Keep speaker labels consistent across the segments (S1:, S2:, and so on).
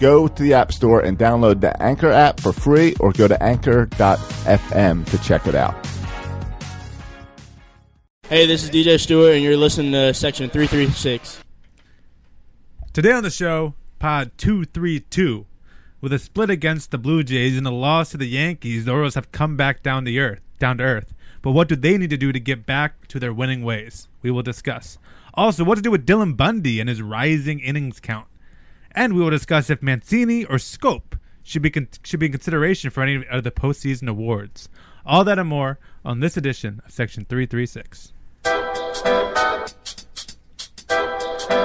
S1: Go to the App Store and download the Anchor app for free or go to anchor.fm to check it out.
S2: Hey, this is DJ Stewart, and you're listening to Section 336.
S3: Today on the show, Pod 232. With a split against the Blue Jays and a loss to the Yankees, the Orioles have come back down the earth, down to earth. But what do they need to do to get back to their winning ways? We will discuss. Also, what to do with Dylan Bundy and his rising innings count. And we will discuss if Mancini or Scope should be con- should be in consideration for any of the postseason awards. All that and more on this edition of Section 336.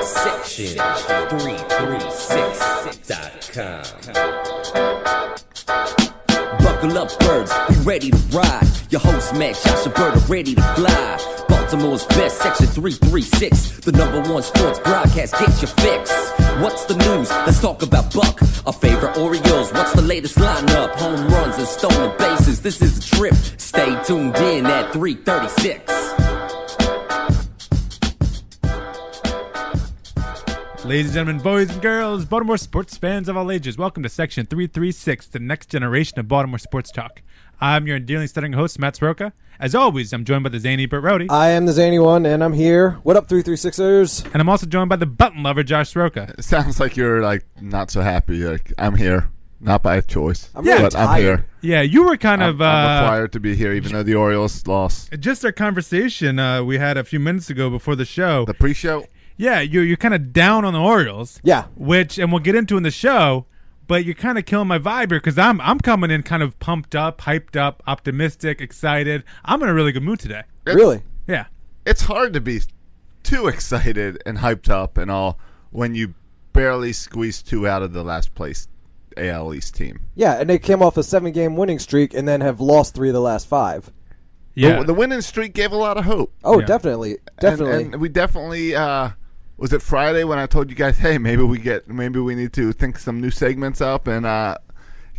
S4: section 336.com. Buckle up, birds, be ready to ride. Your host, Max Joshua Bird, ready to fly. Baltimore's best, section 336. The number one sports broadcast, get your fix. What's the news? Let's talk about Buck. Our favorite Orioles, what's the latest lineup? Home runs and stolen bases, this is a trip. Stay tuned in at 336.
S3: Ladies and gentlemen, boys and girls, Baltimore sports fans of all ages, welcome to Section 336, the next generation of Baltimore sports talk. I'm your endearingly stuttering host, Matt Soroka. As always, I'm joined by the zany Burt Rowdy,
S1: Uh,
S5: I am the Zany One, and I'm here. What up, 336ers?
S3: and I'm also joined by the button lover, Josh Soroka.
S1: It sounds like you're like not so happy. Like I'm here, not by choice,
S5: I'm really
S1: but I'm
S5: tired.
S1: here.
S3: Yeah, you were kind
S1: I'm,
S3: of
S1: I'm
S3: uh,
S1: required to be here, even though the Orioles lost
S3: just our conversation uh, we had a few minutes ago before the show.
S1: the pre-show.
S3: yeah, you're you're kind of down on the Orioles.
S5: Yeah.
S3: which and we'll get into in the show. But you're kind of killing my vibe here because I'm I'm coming in kind of pumped up, hyped up, optimistic, excited. I'm in a really good mood today.
S5: Really?
S3: Yeah.
S1: It's hard to be too excited and hyped up and all when you barely squeeze two out of the last place AL East team.
S5: Yeah, and they came off a seven game winning streak and then have lost three of the last five.
S3: Yeah.
S1: The, the winning streak gave a lot of hope.
S5: Oh,
S3: Yeah.
S5: definitely.
S1: And-
S5: Definitely.
S1: And, we definitely uh, was it Friday when I told you guys, hey, maybe we get, maybe we need to think some new segments up and uh,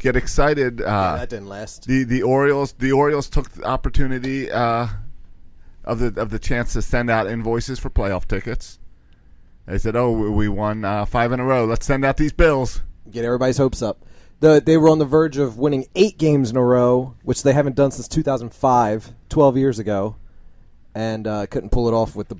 S1: get excited. Uh,
S5: that didn't last.
S1: the the Orioles the Orioles took the opportunity uh, of the of the chance to send out invoices for playoff tickets. They said, "Oh, we- we won uh, five in a row. Let's send out these bills."
S5: Get everybody's hopes up. The, they were on the verge of winning eight games in a row, which they haven't done since 2005, 12 years ago, and uh, couldn't pull it off with the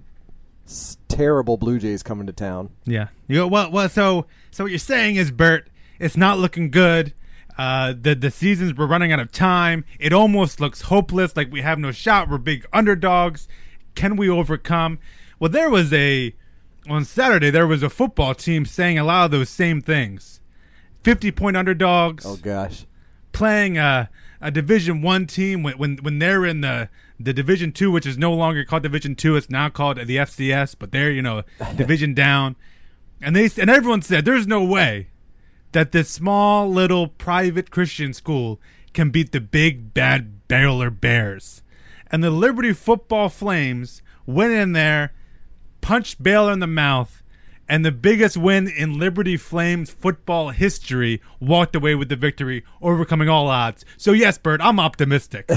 S5: s- terrible Blue Jays coming to town.
S3: Yeah. You go, well, well. So, so what you're saying is, Bert, it's not looking good. Uh, the the seasons we're running out of time. It almost looks hopeless. Like we have no shot. We're big underdogs. Can we overcome? Well, there was a on Saturday. There was a football team saying a lot of those same things. Fifty point underdogs
S5: Oh, gosh.
S3: playing a, a Division One team when, when when they're in the the Division Two, which is no longer called Division Two, it's now called the FCS, but they're you know division down, and they and everyone said there's no way that this small little private Christian school can beat the big bad Baylor Bears, and the Liberty Football Flames went in there, punched Baylor in the mouth. And the biggest win in Liberty Flames football history walked away with the victory, overcoming all odds. So yes, Bert, I'm optimistic.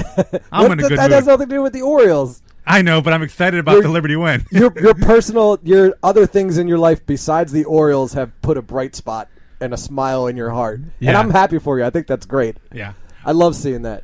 S3: I'm
S5: What
S3: in
S5: the-
S3: a good
S5: that has
S3: mood.
S5: nothing to do with the Orioles.
S3: I know, but I'm excited about
S5: You're-
S3: the Liberty win.
S5: your your personal your other things in your life besides the Orioles have put a bright spot and a smile in your heart. And
S3: Yeah.
S5: I'm happy for you. I think that's great.
S3: yeah.
S5: I love seeing that.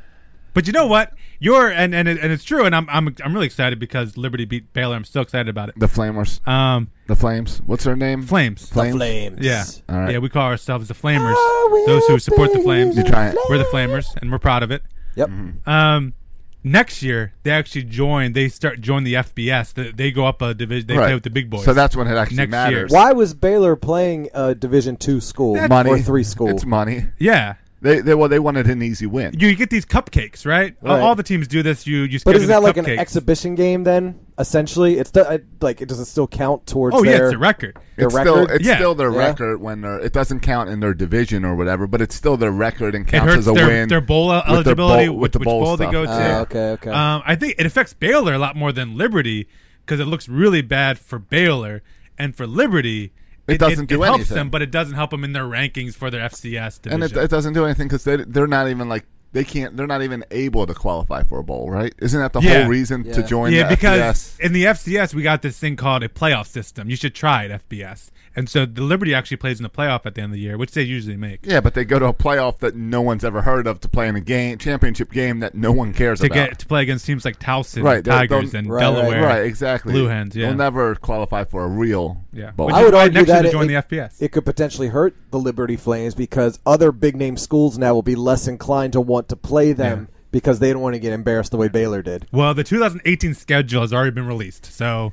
S3: But you know what? You're and and, it, and it's true, and I'm, I'm I'm really excited because Liberty beat Baylor. I'm so excited about it.
S1: The Flamers,
S3: Um,
S1: the Flames. What's their name?
S3: Flames.
S1: Flames.
S5: Flames.
S3: Yeah,
S1: All right.
S3: yeah. We call ourselves the Flamers.
S5: Oh,
S3: Those
S5: we're
S3: who support the
S5: big
S3: Flames.
S1: You try it. Mm-hmm.
S3: We're the Flamers, and we're proud of it.
S5: Yep.
S3: Um, next year they actually join. They start join the FBS. They, they go up a division. They play with the big boys.
S1: So that's when it actually
S3: Next year.
S1: matters.
S5: Why was Baylor playing a Division two school
S1: Money
S5: or three school?
S1: It's money.
S3: yeah.
S1: They, they well they wanted an easy win.
S3: You, you get these cupcakes, right? All-
S5: Right.
S3: All the teams do this. You you
S5: but
S3: give
S5: isn't
S3: them
S5: that like an
S3: cupcakes.
S5: exhibition game then? essentially it's the, I, like it does it still count towards
S3: Oh yeah,
S5: their-
S3: it's a record.
S5: their
S1: it's
S5: record
S1: still it's
S3: Yeah.
S1: still their
S5: Yeah.
S1: record when they're, it doesn't count in their division or whatever, but it's still their record and
S3: It
S1: counts
S3: hurts
S1: as a
S3: their,
S1: win.
S3: their bowl
S1: with their
S3: eligibility,
S1: bowl-
S3: which, which bowl, they
S1: stuff.
S3: go to.
S5: Oh, okay, okay.
S3: Um, I think it affects Baylor a lot more than Liberty because it looks really bad for Baylor and for Liberty.
S1: It doesn't
S3: it,
S1: do
S3: it helps
S1: anything.
S3: them, but it doesn't help them in their rankings for their FCS division.
S1: and it, it doesn't do anything because they they're not even like they can't they're not even able to qualify for a bowl, right? Isn't that the
S3: Yeah.
S1: whole reason to
S5: Yeah.
S1: join?
S3: yeah,
S1: the
S3: because
S1: FBS?
S3: in the FCS we got this thing called a playoff system. You should try it, FBS. And so the Liberty actually plays in the playoff at the end of the year, which they usually make.
S1: yeah, but they go to a playoff that no one's ever heard of to play in a game championship game that no one cares
S3: to
S1: about.
S3: get to play against teams like Towson,
S1: Right, they'll-
S3: Tigers,
S1: they'll-
S3: and
S5: Right, right,
S3: Delaware,
S1: right, exactly.
S3: Blue Hens. Yeah,
S1: they'll never qualify for a real
S3: Yeah.
S1: bowl.
S3: Which
S5: I
S3: is
S5: would
S3: why
S5: argue
S3: next year
S5: that
S3: to
S5: it,
S3: join the
S5: it-
S3: FBS.
S5: it could potentially hurt the Liberty Flames because other big name schools now will be less inclined to want to play them because they don't want to get embarrassed the way Baylor did.
S3: Well, the 2018 schedule has already been released, so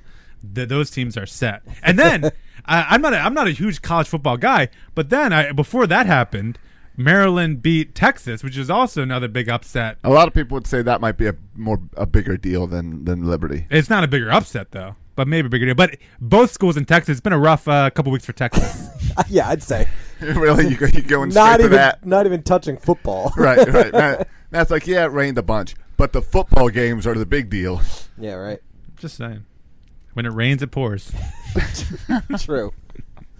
S3: th- those teams are set. And then I, I'm not a, I'm not a huge college football guy, but then I, before that happened, Maryland beat Texas, which is also another big upset.
S1: A lot of people would say that might be a more a bigger deal than than Liberty.
S3: It's not a bigger upset though, but maybe a bigger deal. But both schools in Texas. It's been a rough uh, couple weeks for Texas.
S5: yeah, I'd say
S1: really, you go, you going
S5: not
S1: straight
S5: even
S1: to that?
S5: not even touching football.
S1: right, right. Matt, Matt's like, yeah, it rained a bunch, but the football games are the big deal.
S5: yeah, right.
S3: Just saying. When it rains, it pours.
S5: True.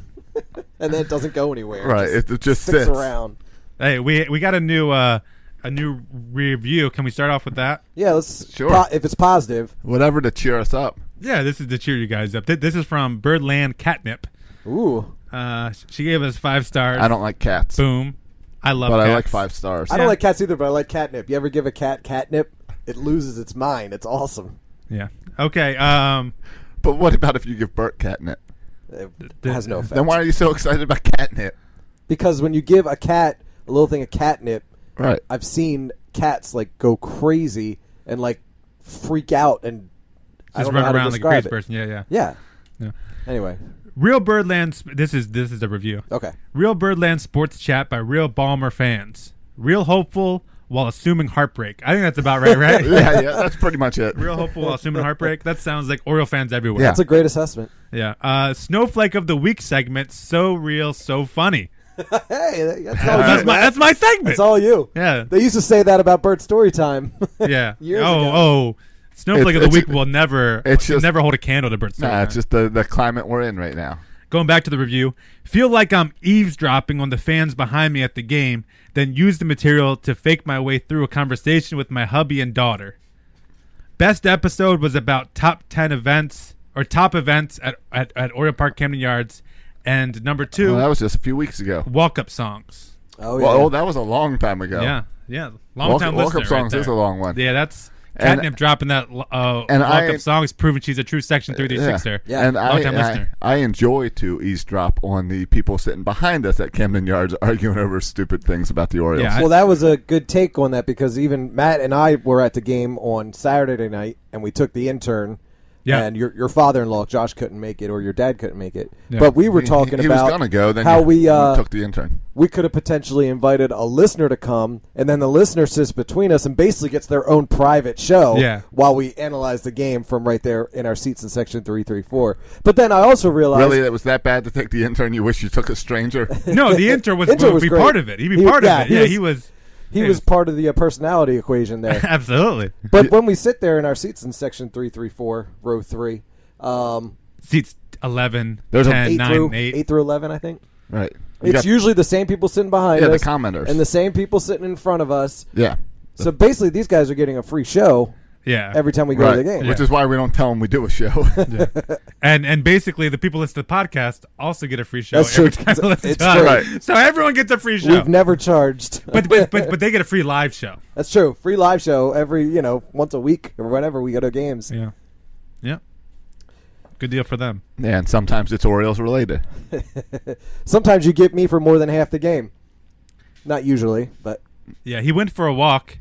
S5: and then it doesn't go anywhere. It
S1: Right,
S5: just
S1: it, it just
S5: sticks
S1: sits
S5: around.
S3: Hey, we we got a new uh, a new review. Can we start off with that?
S5: Yeah, let's
S1: Sure.
S5: po- if it's positive.
S1: Whatever to cheer us up.
S3: Yeah, this is to cheer you guys up. Th- This is from Birdland Catnip.
S5: Ooh,
S3: Uh, she gave us five stars.
S1: I don't like cats,
S3: Boom. I love.
S1: but I
S3: cats.
S1: like five stars.
S5: I
S3: Yeah.
S5: don't like cats either, but I like catnip. You ever give a cat catnip? It loses its mind. It's awesome.
S3: Yeah. Okay. Um.
S1: But what about if you give Bert catnip?
S5: It has no effect.
S1: Then why are you so excited about catnip?
S5: Because when you give a cat a little thing of catnip,
S1: Right.
S5: I've seen cats like go crazy and like freak out and I
S3: Just
S5: don't know how
S3: run
S5: to
S3: around like a
S5: describe
S3: crazy
S5: it.
S3: person. Yeah. Yeah.
S5: Yeah.
S3: Yeah.
S5: Anyway,
S3: Real Birdland. Sp- This is this is the review.
S5: okay.
S3: Real Birdland sports chat by real Balmer fans. Real hopeful while assuming heartbreak. I think that's about right. Right.
S1: yeah, yeah, that's pretty much it.
S3: Real hopeful while assuming heartbreak. That sounds like Oriole fans everywhere.
S1: Yeah.
S5: That's a great assessment.
S3: Yeah. Uh, Snowflake of the week segment. So real. So funny.
S5: Hey, that's all
S3: That's
S5: you.
S3: my that's my segment.
S5: That's all you.
S3: Yeah.
S5: They used to say that about Bert Storytime.
S3: Yeah.
S5: Years
S3: oh,
S5: ago.
S3: oh.
S1: It's-
S3: Snowflake of the
S1: it's-
S3: week will never
S1: it's just-
S3: never hold a candle to Bert
S1: Nah,
S3: Stearns.
S1: it's just the, the climate we're in right now.
S3: Going back to the review, feel like I'm eavesdropping on the fans behind me at the game, then use the material to fake my way through a conversation with my hubby and daughter. Best episode was about top 10 events or top events at, at, at Oriole Park Camden Yards. And number two,
S1: Well, that was just a few weeks ago.
S3: walk up songs.
S5: oh yeah.
S1: Well, oh, that was a long time ago.
S3: Yeah. Yeah. Long
S1: Walk-
S3: time
S1: walk-up
S3: listener. right
S1: songs is
S3: there.
S1: a long one.
S3: Yeah, that's.
S1: And-
S3: Catnip dropping that uh,
S1: and
S3: walk
S1: I- Uh,
S3: up song is proving she's a true section 336er.
S5: Yeah.
S1: and I,
S3: Long-time
S1: I,
S3: listener.
S1: I enjoy to eavesdrop on the people sitting behind us at Camden Yards arguing over stupid things about the Orioles.
S3: Yeah, I-
S5: Well, that was a good take on that because even Matt and I were at the game on Saturday night, and we took the intern.
S3: Yeah.
S5: And your your father in law Josh couldn't make it, or your dad couldn't make it.
S3: Yeah.
S5: But we were
S1: He-
S5: talking
S1: he, he
S5: about
S1: was gonna go. Then
S5: how
S1: you-
S5: we
S1: you
S5: uh,
S1: took the intern.
S5: we could have potentially invited a listener to come, and then the listener sits between us and basically gets their own private show
S3: Yeah.
S5: while we analyze the game from right there in our seats in section three three four. But then I also realized
S1: Really, it was that bad to take the intern. You wish you took a stranger.
S3: Uh, No, the intern was,
S5: Intern
S3: would
S5: was
S3: be
S5: great.
S3: part of it. He'd be
S5: He-
S3: part
S5: yeah,
S3: of it.
S5: he
S3: yeah,
S5: was-
S3: he was.
S5: he was part of the uh, personality equation there.
S3: absolutely
S5: But when we sit there in our seats in section three, three, four, row three, um,
S3: seats 11,
S1: There's a-
S3: 10,
S5: eight
S3: 9,
S5: through
S3: 8.
S5: eight through eleven, I think.
S1: right. You
S5: It's
S1: got-
S5: usually the same people sitting behind
S1: Yeah, the
S5: us,
S1: commenters.
S5: and the same people sitting in front of us.
S1: yeah.
S5: So basically, these guys are getting a free show
S3: Yeah.
S5: every time we go
S1: Right.
S5: to the game.
S1: Which is why we don't tell them we do a show.
S3: and and basically, the people listen to the podcast also get a free show
S5: That's
S3: every
S5: true.
S3: time they listen
S5: It's
S3: to us.
S1: free. Right.
S3: So everyone gets a free show.
S5: We've never charged.
S3: but, but, but, but they get a free live show.
S5: That's true. Free live show every you know once a week or whenever we go to games.
S3: Yeah. Yeah. Good deal for them.
S1: yeah, and sometimes it's Orioles related.
S5: Sometimes you get me for more than half the game. Not usually, but
S3: Yeah, he went for a walk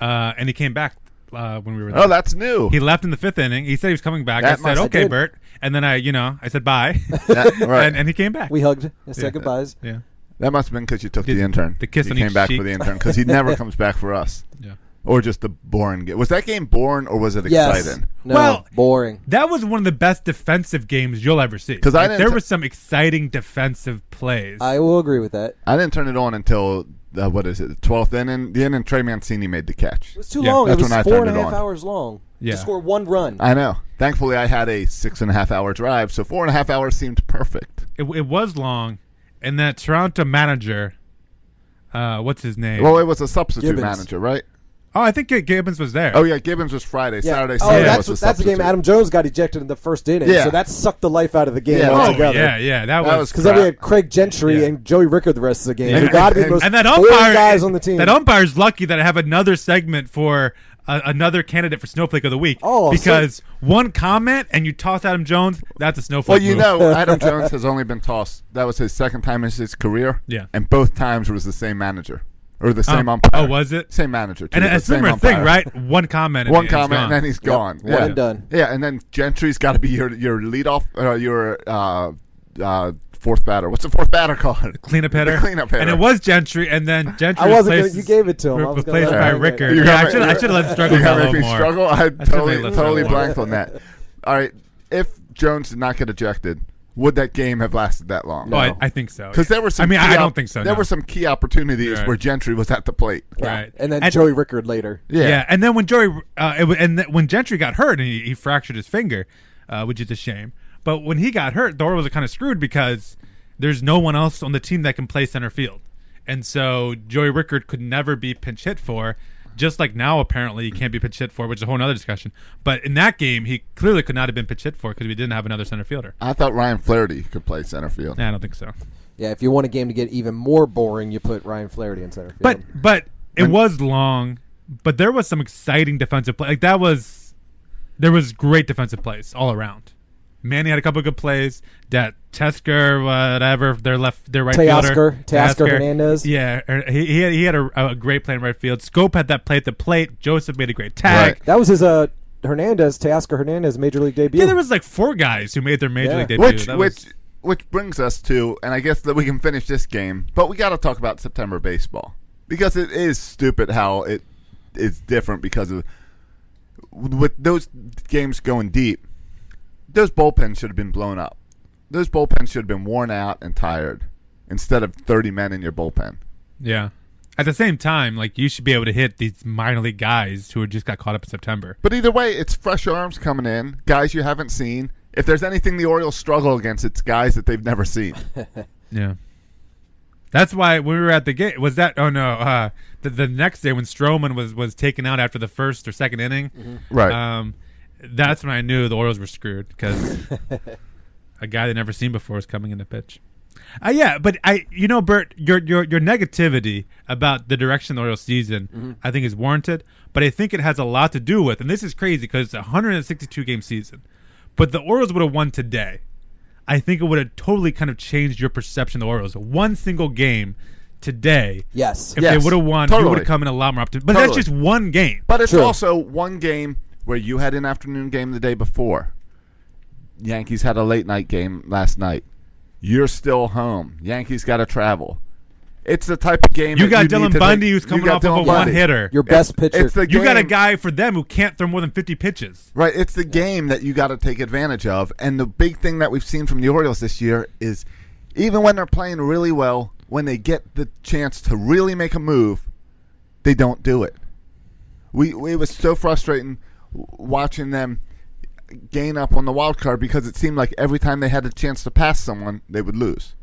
S3: uh, and he came back uh, when we were there.
S1: Oh, that's new.
S3: He left in the fifth inning. He said he was coming back.
S1: That
S3: I said,
S1: must-
S5: I
S3: "Okay,
S5: did.
S3: Bert," and then I, you know, I said bye,
S1: That- right.
S3: and, and he came back.
S5: we hugged and said
S3: Yeah.
S5: goodbyes.
S3: yeah,
S1: that must have been because you took
S3: Did-
S1: the intern.
S3: the kiss
S1: you
S3: on
S1: came
S3: each
S1: back
S3: cheek.
S1: for the intern because he never comes back for us.
S3: yeah.
S1: or just the boring game? Was that game boring or was it
S5: Yes.
S1: exciting?
S5: No,
S3: Well-
S5: boring.
S3: That was one of the best defensive games you'll ever see.
S1: 'Cause I didn't
S3: there
S1: t-
S3: were some exciting defensive plays.
S5: I will agree with that.
S1: I didn't turn it on until uh, what is it, the twelfth inning? The inning Trey Mancini made the catch.
S5: It was too
S3: Yeah,
S5: long. It
S1: that's
S5: was
S1: when I
S5: four
S1: turned
S5: and a
S1: it
S5: half
S1: on.
S5: hours long
S3: Yeah.
S5: to score one run.
S1: I know. Thankfully, I had a six and a half hour drive, so four and a half hours seemed perfect.
S3: it, it was long, and that Toronto manager, uh, what's his name?
S1: Well, it was a substitute
S5: Gibbons.
S1: manager, right?
S3: oh, I think Gibbons was there.
S1: Oh yeah, Gibbons was Friday,
S5: Yeah.
S1: Saturday,
S5: oh,
S1: Sunday
S5: that's
S1: was
S5: what, that's the game
S1: substitute.
S5: Adam Jones got ejected in the first inning.
S1: Yeah.
S5: So that sucked the life out of the game
S1: Yeah.
S3: Oh,
S5: altogether.
S3: yeah, yeah, that,
S1: That
S3: was.
S1: was
S5: Because then we
S1: crap.
S5: had Craig Gentry
S3: Yeah.
S5: and Joey Ricker the rest of the game.
S1: And-
S5: Who got to be the
S1: and-
S5: most
S3: and that
S5: boring
S3: umpire
S5: guys on the team.
S3: That umpire's lucky that I have another segment for uh, another candidate for Snowflake of the Week.
S5: Oh, so-
S3: because one comment and you toss Adam Jones, that's a snowflake.
S1: Well, you
S3: move.
S1: know, Adam Jones has only been tossed. That was his second time in his career.
S3: Yeah.
S1: and both times it was the same manager or the same
S3: Um,
S1: umpire.
S3: oh, was it?
S1: same manager? too,
S3: and
S1: but
S3: a
S1: same
S3: similar thing,
S1: umpire.
S3: right? One comment, and
S1: One
S3: he's
S1: comment,
S3: gone.
S1: and then he's gone.
S5: one
S1: yeah.
S5: and done.
S1: Yeah, and then Gentry's got to be your your leadoff, uh, your uh, uh, fourth batter. What's the fourth batter called?
S3: cleanup
S1: The
S3: hitter.
S1: cleanup hitter.
S3: And it was Gentry, and then Gentry.
S5: I wasn't
S3: replaced-
S5: gonna- you gave it to him. I was gonna
S3: Replaced
S5: let
S3: by
S5: him have it.
S3: Ricker.
S1: You
S3: Yeah,
S1: got
S3: I
S1: me-
S3: should. I should have let him struggle
S1: You
S3: for a
S1: got
S3: little
S1: me
S3: more.
S1: struggle. I
S3: I should've
S1: totally
S3: made Lester
S1: totally
S3: more.
S1: blanked on that. All right, if Jones did not get ejected, would that game have lasted that long?
S3: Oh, I, I think so.
S1: Because there were some.
S3: I mean,
S1: key
S3: I, I
S1: op-
S3: don't think so.
S1: There
S3: no.
S1: were some key opportunities
S3: Right.
S1: where Gentry was at the plate.
S3: Right.
S5: And then
S3: And-
S5: Joey Ricker later.
S3: Yeah. and then when Joey, uh, it, wa- and th- when Gentry got hurt and he, he fractured his finger, uh, which is a shame. But when he got hurt, the Orioles are kind of screwed because there's no one else on the team that can play center field, and so Joey Rickard could never be pinch hit for. Just like now, apparently he can't be pinch hit for, which is a whole other discussion. But in that game, he clearly could not have been pinch hit for because we didn't have another center fielder.
S1: I thought Ryan Flaherty could play center field.
S3: Nah, I don't think so.
S5: Yeah, if you want a game to get even more boring, you put Ryan Flaherty in center field.
S3: But but it was long. But there was some exciting defensive play. Like that was, there was great defensive plays all around. Manny had a couple of good plays. That Tesker, whatever their left, their right fielder,
S5: Teoscar- Teoscar Hernandez.
S3: Yeah, er, he he had, he had a, a great play in right field. Scope had that play at the plate. Joseph made a great tag.
S1: Right.
S5: that was his uh, Hernandez, Teoscar Hernandez major league debut.
S3: Yeah, there was like four guys who made their major
S5: Yeah.
S3: league debut.
S1: Which
S3: That
S1: which
S3: was-
S1: which brings us to, and I guess that we can finish this game, but we got to talk about September baseball because it is stupid how it is different because of with those games going deep. Those bullpens should have been blown up. Those bullpens should have been worn out and tired instead of thirty men in your bullpen.
S3: yeah. At the same time, like you should be able to hit these minor league guys who had just got caught up in September.
S1: But either way, it's fresh arms coming in, guys you haven't seen. If there's anything the Orioles struggle against, it's guys that they've never seen.
S3: Yeah. That's why when we were at the gate was that oh no uh the, the next day when Stroman was was taken out after the first or second inning
S1: Right.
S3: um that's when I knew the Orioles were screwed because a guy they never seen before was coming in to pitch uh, yeah but I you know Bert your your your negativity about the direction of the Orioles season I think is warranted but I think it has a lot to do with and this is crazy because it's a 162 game season but the Orioles would have won today I think it would have totally kind of changed your perception of the Orioles. One single game today,
S5: yes.
S3: if
S1: Yes,
S3: they would have won, you would
S1: totally.
S3: have come in a lot more optimistic. But
S1: Totally.
S3: that's just one game.
S1: But it's
S5: True.
S1: also one game where you had an afternoon game the day before. Yankees had a late night game last night. You're still home. Yankees got to travel. It's the type of game
S3: you
S1: that
S3: got
S1: you need
S3: Dylan
S1: to
S3: Bundy
S1: make-
S3: who's
S1: you
S3: coming
S1: got
S3: off of
S1: Dylan
S3: a one
S1: Bundy.
S3: hitter.
S5: Your best pitcher.
S1: It's the
S3: You got a
S1: game-
S3: guy for them who can't throw more than 50 pitches.
S1: Right, it's the game that you got to take advantage of. And the big thing that we've seen from the Orioles this year is even when they're playing really well, when they get the chance to really make a move, they don't do it. We it was so frustrating w- watching them gain up on the wild card because it seemed like every time they had a chance to pass someone, they would lose.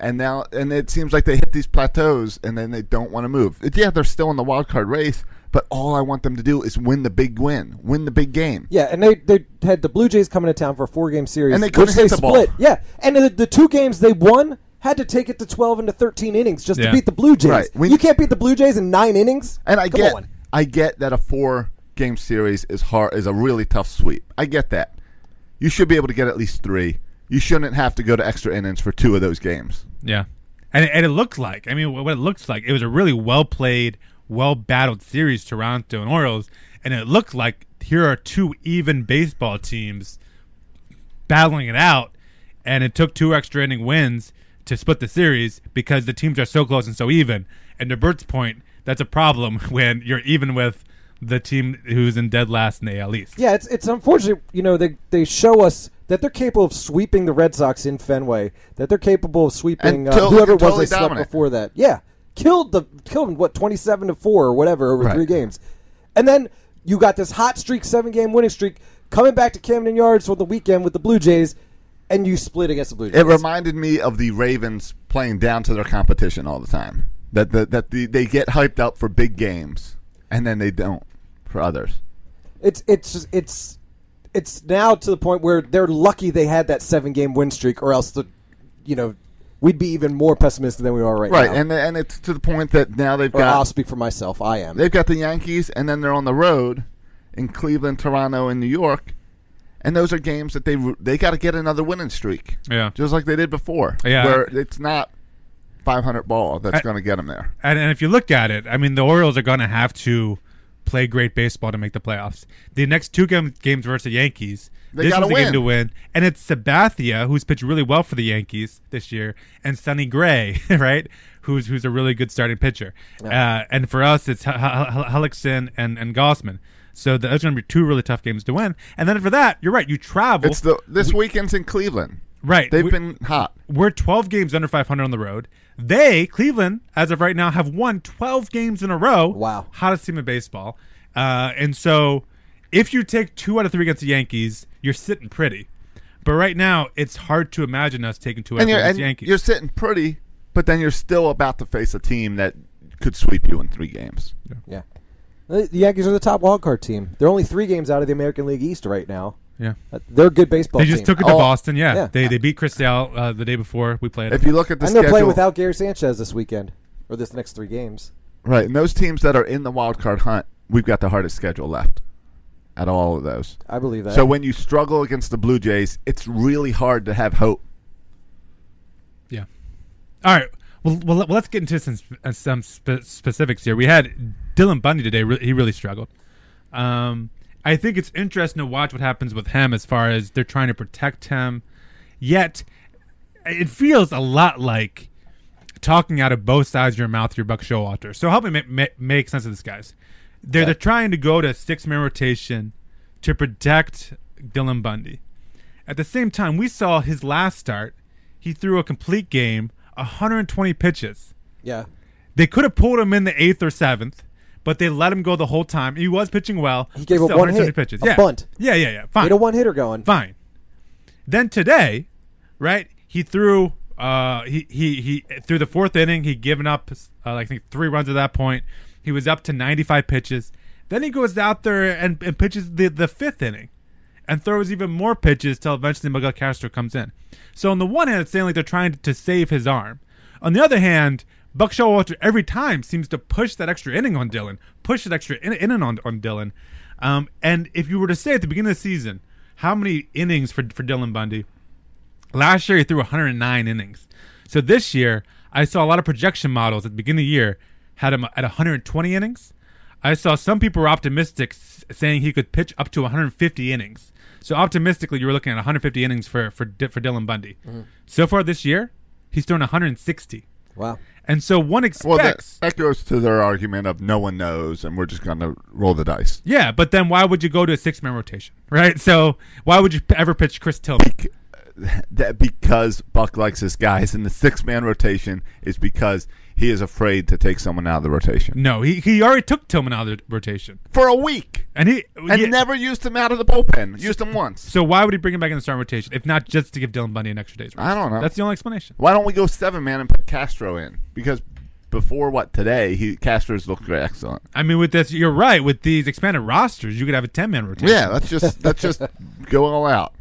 S1: And now, and it seems like they hit these plateaus, and then they don't want to move. It- Yeah, they're still in the wild card race, but all I want them to do is win the big win, win the big game.
S5: Yeah, and they, they had the Blue Jays coming to town for a four game series,
S1: And they
S5: which
S1: couldn't hit the ball.
S5: split. Yeah, and the, the two games they won had to take it to twelve and to thirteen innings just to
S3: Yeah.
S5: beat the Blue Jays.
S1: Right. We-
S5: you can't beat the Blue Jays in nine innings.
S1: And I
S5: Come
S1: get,
S5: on.
S1: I get that a four game series is hard, is a really tough sweep. I get that. You should be able to get at least three. You shouldn't have to go to extra innings for two of those games.
S3: Yeah. And it, and it looked like, I mean, what it looks like, it was a really well played, well battled series, Toronto and Orioles. And it looked like here are two even baseball teams battling it out. And it took two extra inning wins to split the series because the teams are so close and so even. And to Bert's point, that's a problem when you're even with the team who's in dead last in the AL East.
S5: Yeah, it's it's unfortunate. You know, they they show us that they're capable of sweeping the Red Sox in Fenway. That they're capable of sweeping uh,
S1: Until-
S5: whoever it
S1: totally
S5: was they slept
S1: dominate.
S5: before that. Yeah, killed the killed them, what twenty seven to four or whatever over
S1: Right.
S5: three games, and then you got this hot streak, seven game winning streak, coming back to Camden Yards for the weekend with the Blue Jays, and you split against the Blue Jays.
S1: It reminded me of the Ravens playing down to their competition all the time. That the, that the, they get hyped up for big games and then they don't for others.
S5: it's it's just, it's it's now to the point where they're lucky they had that seven game win streak, or else the you know we'd be even more pessimistic than we are right,
S1: Right,
S5: now.
S1: and and it's to the point that now they've
S5: or I'll
S1: got
S5: speak for myself. I am.
S1: they've got the Yankees and then they're on the road in Cleveland, Toronto, and New York. And those are games that they they got to get another winning streak.
S3: Yeah.
S1: Just like they did before.
S3: Yeah.
S1: Where it's not 500 ball that's
S3: I-
S1: going to get them there.
S3: and, and if you look at it, I mean, the Orioles are going to have to play great baseball to make the playoffs. The next two game, games versus the Yankees,
S1: They
S3: this
S1: gotta
S3: is the
S1: win.
S3: game to win. And it's Sabathia who's pitched really well for the Yankees this year, and Sonny Gray, right, who's who's a really good starting pitcher. Uh, and for us, it's Hel- Hel- Hel- Hellickson and and Gossman. So those are going to be two really tough games to win. And then for that, you're right, you travel.
S1: It's the this weekend's in Cleveland.
S3: right.
S1: They've
S3: we-
S1: been hot.
S3: we're 12 games under 500 on the road. They, Cleveland, as of right now, have won 12 games in a row.
S5: Wow.
S3: Hottest team in baseball. Uh, and so if you take two out of three against the Yankees, you're sitting pretty. But right now, it's hard to imagine us taking two out of
S1: and
S3: three
S1: you're
S3: against
S1: and
S3: the Yankees.
S1: you're sitting pretty, but then you're still about to face a team that could sweep you in three games.
S5: yeah, the the Yankees are the top wild card team. They're only three games out of the American League East right now.
S3: yeah.
S5: Uh, They're a good baseball.
S3: They just
S5: team.
S3: took it to
S1: Oh,
S3: Boston. Yeah.
S5: yeah.
S3: They, they beat Chris Sale uh, the day before we played.
S1: If
S3: them.
S1: you look at the
S5: and
S1: schedule,
S5: they're playing without Gary Sanchez this weekend or this next three games.
S1: right, and those teams that are in the wild card hunt, we've got the hardest schedule left at all of those.
S5: I believe that.
S1: So when you struggle against the Blue Jays, it's really hard to have hope.
S3: Yeah. All right. Well, well, let- well, let's get into some sp- uh, some spe- specifics here. We had Dylan Bundy today. Re- he really struggled. Um, I think it's interesting to watch what happens with him as far as they're trying to protect him. Yet, it feels a lot like talking out of both sides of your mouth, your Buck Showalter. So help me ma- ma- make sense of this, guys. They're they're trying to go to six man rotation to protect Dylan Bundy. At the same time, we saw his last start. He threw a complete game, 120 pitches.
S5: yeah,
S3: They could have pulled him in the eighth or seventh, but they let him go the whole time. He was pitching well.
S5: He gave
S3: but
S5: up
S3: still
S5: one
S3: 170
S5: hit,
S3: pitches.
S5: a
S3: yeah.
S5: bunt.
S3: Yeah, yeah, yeah.
S5: they
S3: Fine.
S5: had a one hitter going.
S3: Fine. Then today, right? He threw. Uh, he he he through the fourth inning. He given up. Uh, I think three runs at that point. He was up to ninety five pitches. Then he goes out there and, and pitches the the fifth inning, and throws even more pitches till eventually Miguel Castro comes in. So on the one hand, it's saying like they're trying to save his arm. On the other hand, Buck Showalter every time seems to push that extra inning on Dylan, push that extra in- inning on on Dylan. Um, and if you were to say at the beginning of the season, how many innings for for Dylan Bundy? Last year he threw 109 innings. So this year I saw a lot of projection models at the beginning of the year had him at 120 innings. I saw some people were optimistic s- saying he could pitch up to 150 innings. So optimistically you were looking at 150 innings for for Di- for Dylan Bundy.
S1: Mm-hmm.
S3: So far this year he's thrown 160.
S5: Wow.
S3: And so one expects
S1: Well, that, that goes to their argument of no one knows, and we're just going to roll the dice.
S3: yeah, but then why would you go to a six-man rotation, right? So why would you p- ever pitch Chris Tillman?
S1: That because Buck likes his guys, and the six-man rotation is because he is afraid to take someone out of the rotation
S3: No, he, he already took Tillman out of the rotation,
S1: for a week.
S3: and he
S1: and
S3: yeah.
S1: never used him out of the bullpen. Used him once.
S3: So why would he bring him back in the starting rotation if not just to give Dylan Bundy an extra day's rest?
S1: I don't know.
S3: That's the only explanation.
S1: Why don't we go seven man and put Castro in? Because before what today, he Castro's looked excellent.
S3: I mean, with this, you're right. With these expanded rosters, you could have a ten man rotation.
S1: Yeah, let's just let's just go all out.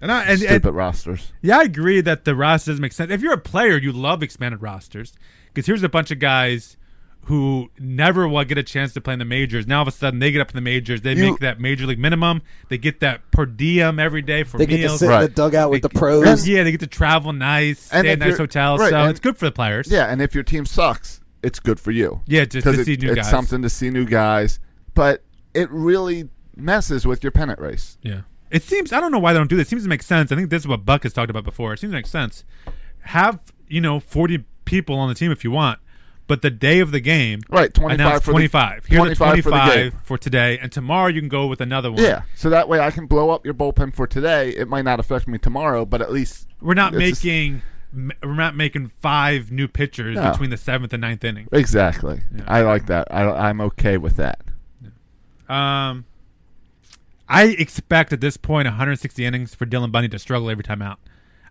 S3: and I and,
S1: Stupid
S3: and
S1: rosters.
S3: yeah, I agree that the roster doesn't make sense. If you're a player, you love expanded rosters because here's a bunch of guys who never will get a chance to play in the majors. Now all of a sudden they get up in the majors, they
S1: You-
S3: make that major league minimum, they get that per diem every day for
S5: They get to
S3: meals.
S5: sit in
S1: Right.
S5: the dugout with
S3: They-
S5: the pros.
S3: yeah, they get to travel nice,
S1: And
S3: stay
S1: if
S3: in nice
S1: you're-
S3: hotels.
S1: right,
S3: so
S1: and-
S3: it's good for the players.
S1: Yeah, and if your team sucks, it's good for you.
S3: Yeah, just
S1: 'Cause
S3: to
S1: it-
S3: see new
S1: it's
S3: guys.
S1: something to see new guys, but it really messes with your pennant race.
S3: Yeah. It seems I don't know why they don't do this. It seems to make sense. I think this is what Buck has talked about before. It seems to make sense. Have, you know, forty people on the team if you want, but the day of the game,
S1: Right, 25
S3: announce
S1: for the-
S3: 25. Here's the
S1: 25 for the
S3: 25
S1: game.
S3: for today, and tomorrow you can go with another one.
S1: Yeah, so that way I can blow up your bullpen for today. It might not affect me tomorrow, but at least
S3: We're not
S1: it's just-
S3: making m we're not making five new pitchers
S1: No.
S3: between the seventh and ninth inning.
S1: exactly. I like that. I, I'm okay with that.
S3: Um, I expect at this point 160 innings for Dylan Bundy to struggle every time out.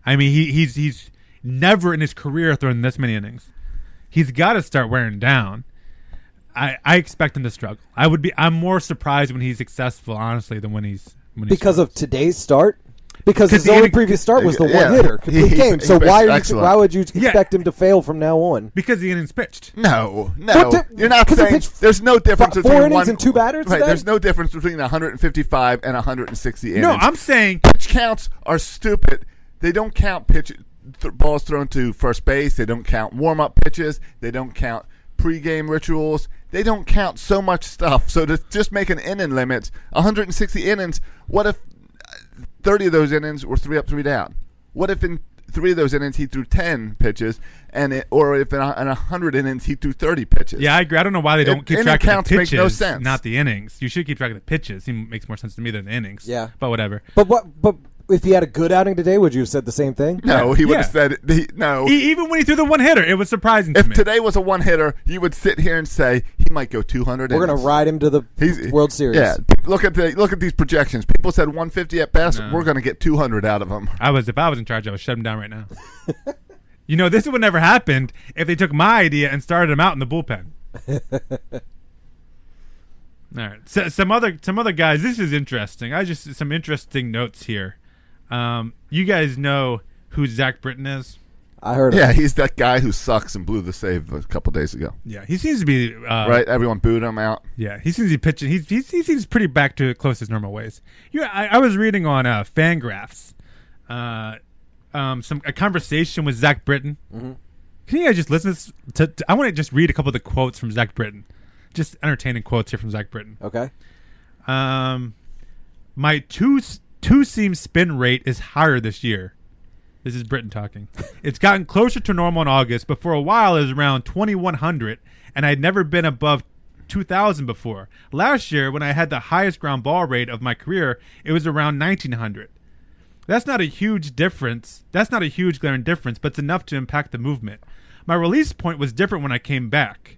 S3: I mean, he, he's he's never in his career thrown this many innings. He's got to start wearing down. I, I expect him to struggle. I would be. I'm more surprised when he's successful, honestly, than when he's when he's
S5: because of today's start. Because
S3: 'Cause
S5: his
S3: he
S5: only
S3: didn't-
S5: previous start was the
S1: Yeah.
S5: one hitter complete
S1: He-
S5: game.
S1: he-
S5: So
S1: he
S5: why are you,
S1: excellent.
S5: why would you
S3: Yeah.
S5: expect him to fail from now on?
S3: because the innings pitched.
S1: No, no,
S5: What the-
S1: you're not
S5: because he
S1: saying
S5: pitched
S1: there's no difference
S5: four
S1: between
S5: innings
S1: one,
S5: and two batters
S1: Right,
S5: today?
S1: there's no difference between 155 and 160 innings.
S3: No, I'm saying
S1: pitch counts are stupid. They don't count pitch th- balls thrown to first base. They don't count warm up pitches. They don't count pregame rituals. They don't count so much stuff. So to just make an inning limit, 160 innings. What if uh, 30 of those innings were three up, three down? What if in three of those innings he threw 10 pitches, and it, or if in a, in 100 innings he threw 30 pitches?
S3: Yeah, I agree. I don't know why they don't
S1: It-
S3: keep
S1: inning
S3: track of
S1: counts
S3: the
S1: make
S3: pitches,
S1: no sense.
S3: not the innings. You should keep track of the pitches. It makes more sense to me than the innings.
S5: Yeah.
S3: but whatever.
S5: But what? But if he had a good outing today, would you have said the same thing?
S1: No, he would have
S3: Yeah.
S1: said it. He, no.
S3: E- even when he threw the one hitter, it was surprising to
S1: if
S3: me.
S1: today was a one hitter, you would sit here and say he might go 200.
S5: We're gonna
S1: innings.
S5: ride him to the World Series.
S1: Yeah, look at the look at these projections. People said 150 at best. We're going to get 200 out of them.
S3: I was if I was in charge, I would shut him down right now. you know, this would never happened if they took my idea and started him out in the bullpen. All right, so, some other some other guys. This is interesting. I just some interesting notes here. Um, you guys know who Zach Britton is?
S5: I heard.
S1: Yeah,
S5: Yeah,
S1: he's that guy who sucks and blew the save a couple days ago.
S3: Yeah, he seems to be uh,
S1: Right? Everyone booed him out.
S3: Yeah, he seems to be pitching. He's, he's, he seems pretty back to close to his normal ways. You, I, I was reading on uh, Fangraphs, uh, um, some a conversation with Zach Britton. Can you guys just listen to, this- to, to- I want to just read a couple of the quotes from Zach Britton, just entertaining quotes here from Zach Britton.
S5: Okay.
S3: Um, my two two seam spin rate is higher this year. This is Britain talking. It's gotten closer to normal in August, but for a while it was around 2100, and I'd never been above 2000 before. Last year, when I had the highest ground ball rate of my career, it was around 1900. That's not a huge difference. That's not a huge glaring difference, but it's enough to impact the movement. My release point was different when I came back.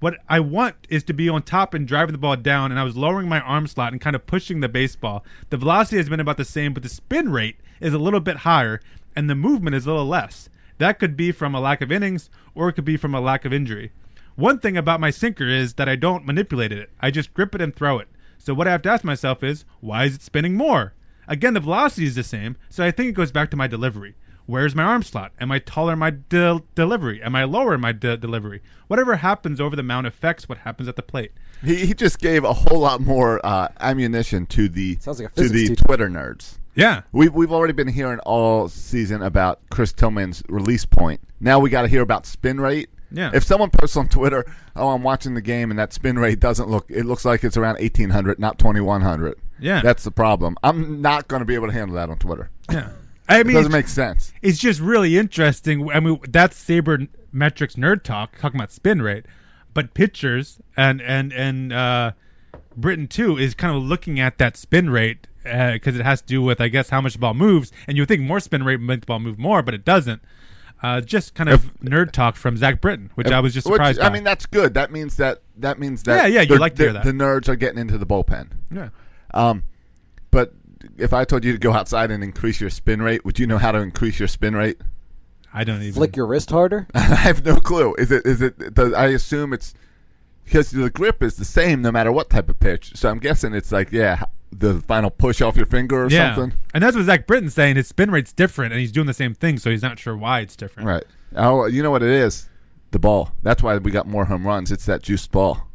S3: What I want is to be on top and driving the ball down, and I was lowering my arm slot and kind of pushing the baseball. The velocity has been about the same, but the spin rate is a little bit higher, and the movement is a little less. That could be from a lack of innings, or it could be from a lack of injury. One thing about my sinker is that I don't manipulate it, I just grip it and throw it. So, what I have to ask myself is why is it spinning more? Again, the velocity is the same, so I think it goes back to my delivery. Where's my arm slot? Am I taller in my del- delivery? Am I lower in my de- delivery? Whatever happens over the mound affects what happens at the plate.
S1: He, he just gave a whole lot more uh, ammunition to the
S5: Sounds like a
S1: to the
S5: physics teacher.
S1: Twitter nerds.
S3: Yeah.
S1: We've we've already been hearing all season about Chris Tillman's release point. Now we got to hear about spin rate.
S3: Yeah.
S1: If someone posts on Twitter, "Oh, I'm watching the game and that spin rate doesn't look. It looks like it's around 1800, not 2100."
S3: Yeah.
S1: That's the problem. I'm not going to be able to handle that on Twitter.
S3: Yeah. I
S1: It
S3: mean,
S1: doesn't
S3: it's,
S1: make sense.
S3: it's just really interesting. I mean, that's saber metrics nerd talk talking about spin rate, but pitchers and and and uh, Britain too is kind of looking at that spin rate because it has to do with I guess how much the ball moves, and you would think more spin rate would make the ball move more, but it doesn't. Uh, just kind of nerd talk from Zach Britton, which I was just
S1: Which-
S3: surprised.
S1: I
S3: by.
S1: mean, that's good. That means that that means that
S3: Yeah, yeah, you
S1: they're-
S3: like to hear
S1: the-
S3: that.
S1: the nerds are getting into the bullpen.
S3: yeah.
S1: Um, but if I told you to go outside and increase your spin rate, would you know how to increase your spin rate?
S3: I don't even.
S5: flick your wrist harder.
S1: I have no clue. Is it? Is it? Does, I assume it's because the grip is the same no matter what type of pitch. So I'm guessing it's like yeah, the final push off your finger or
S3: yeah.
S1: something.
S3: And that's what Zach Britton's saying. His spin rate's different, and he's doing the same thing, so he's not sure why it's different.
S1: Right. Oh, you know what it is? The ball. That's why we got more home runs. It's that juiced ball.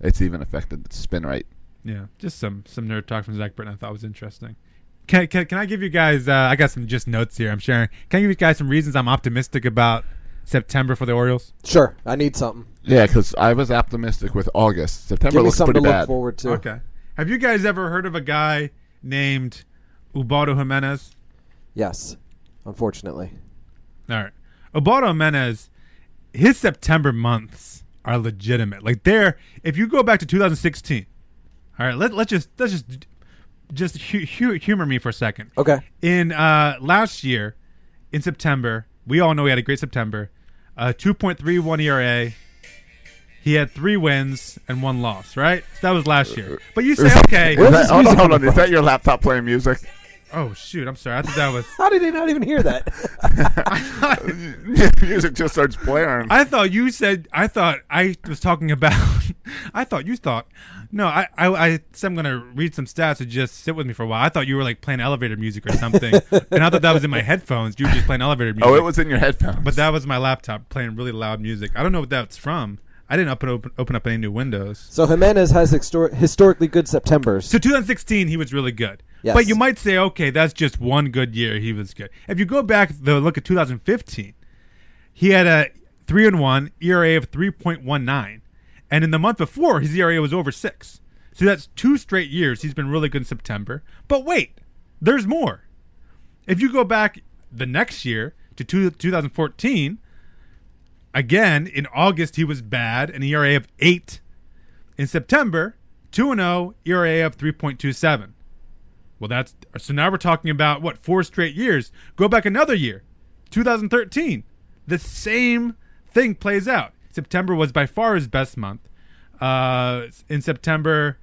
S1: It's even affected the spin rate.
S3: Yeah. Just some some nerd talk from Zach Britton I thought was interesting. Can, can, can I give you guys? Uh, I got some just notes here. I'm sharing. Can I give you guys some reasons I'm optimistic about September for the Orioles?
S5: Sure, I need something.
S1: Yeah, because I was optimistic with August. September
S5: Give me
S1: looks
S5: something
S1: pretty
S5: to look
S1: bad.
S5: forward to.
S3: Okay. Have you guys ever heard of a guy named Ubaldo Jimenez?
S5: Yes, unfortunately.
S3: All right. Obaldo Menez his September months are legitimate. Like there, if you go back to 2016, all right, let let's just let's just just hu- hu- humor me for a second.
S5: Okay.
S3: In uh, last year, in September, we all know he had a great September. Uh, 2.31 ERA. He had three wins and one loss, right? So that was last year. But you say, okay.
S1: Is that, hold, on, hold on, is that your laptop playing music?
S3: Oh, shoot. I'm sorry. I thought that was.
S5: How did they not even hear that?
S1: music just starts playing.
S3: I thought you said. I thought I was talking about. I thought you thought. No, I, I, I said I'm gonna read some stats and just sit with me for a while. I thought you were like playing elevator music or something, and I thought that was in my headphones. You were just playing elevator music.
S1: oh, it was in your headphones.
S3: But that was my laptop playing really loud music. I don't know what that's from. I didn't open open, open up any new windows.
S5: so Jimenez has histor- historically good Septembers.
S3: So 2016, he was really good.
S5: Yes.
S3: But you might say, okay, that's just one good year. He was good. If you go back though, look at 2015. He had a three and one ERA of 3.19, and in the month before, his ERA was over six. So that's two straight years he's been really good in September. But wait, there's more. If you go back the next year to two, 2014, again in August he was bad, an ERA of eight. In September, two and oh, zero ERA of 3.27. Well, that's so now we're talking about what four straight years. Go back another year, 2013. The same thing plays out. September was by far his best month. Uh, in September,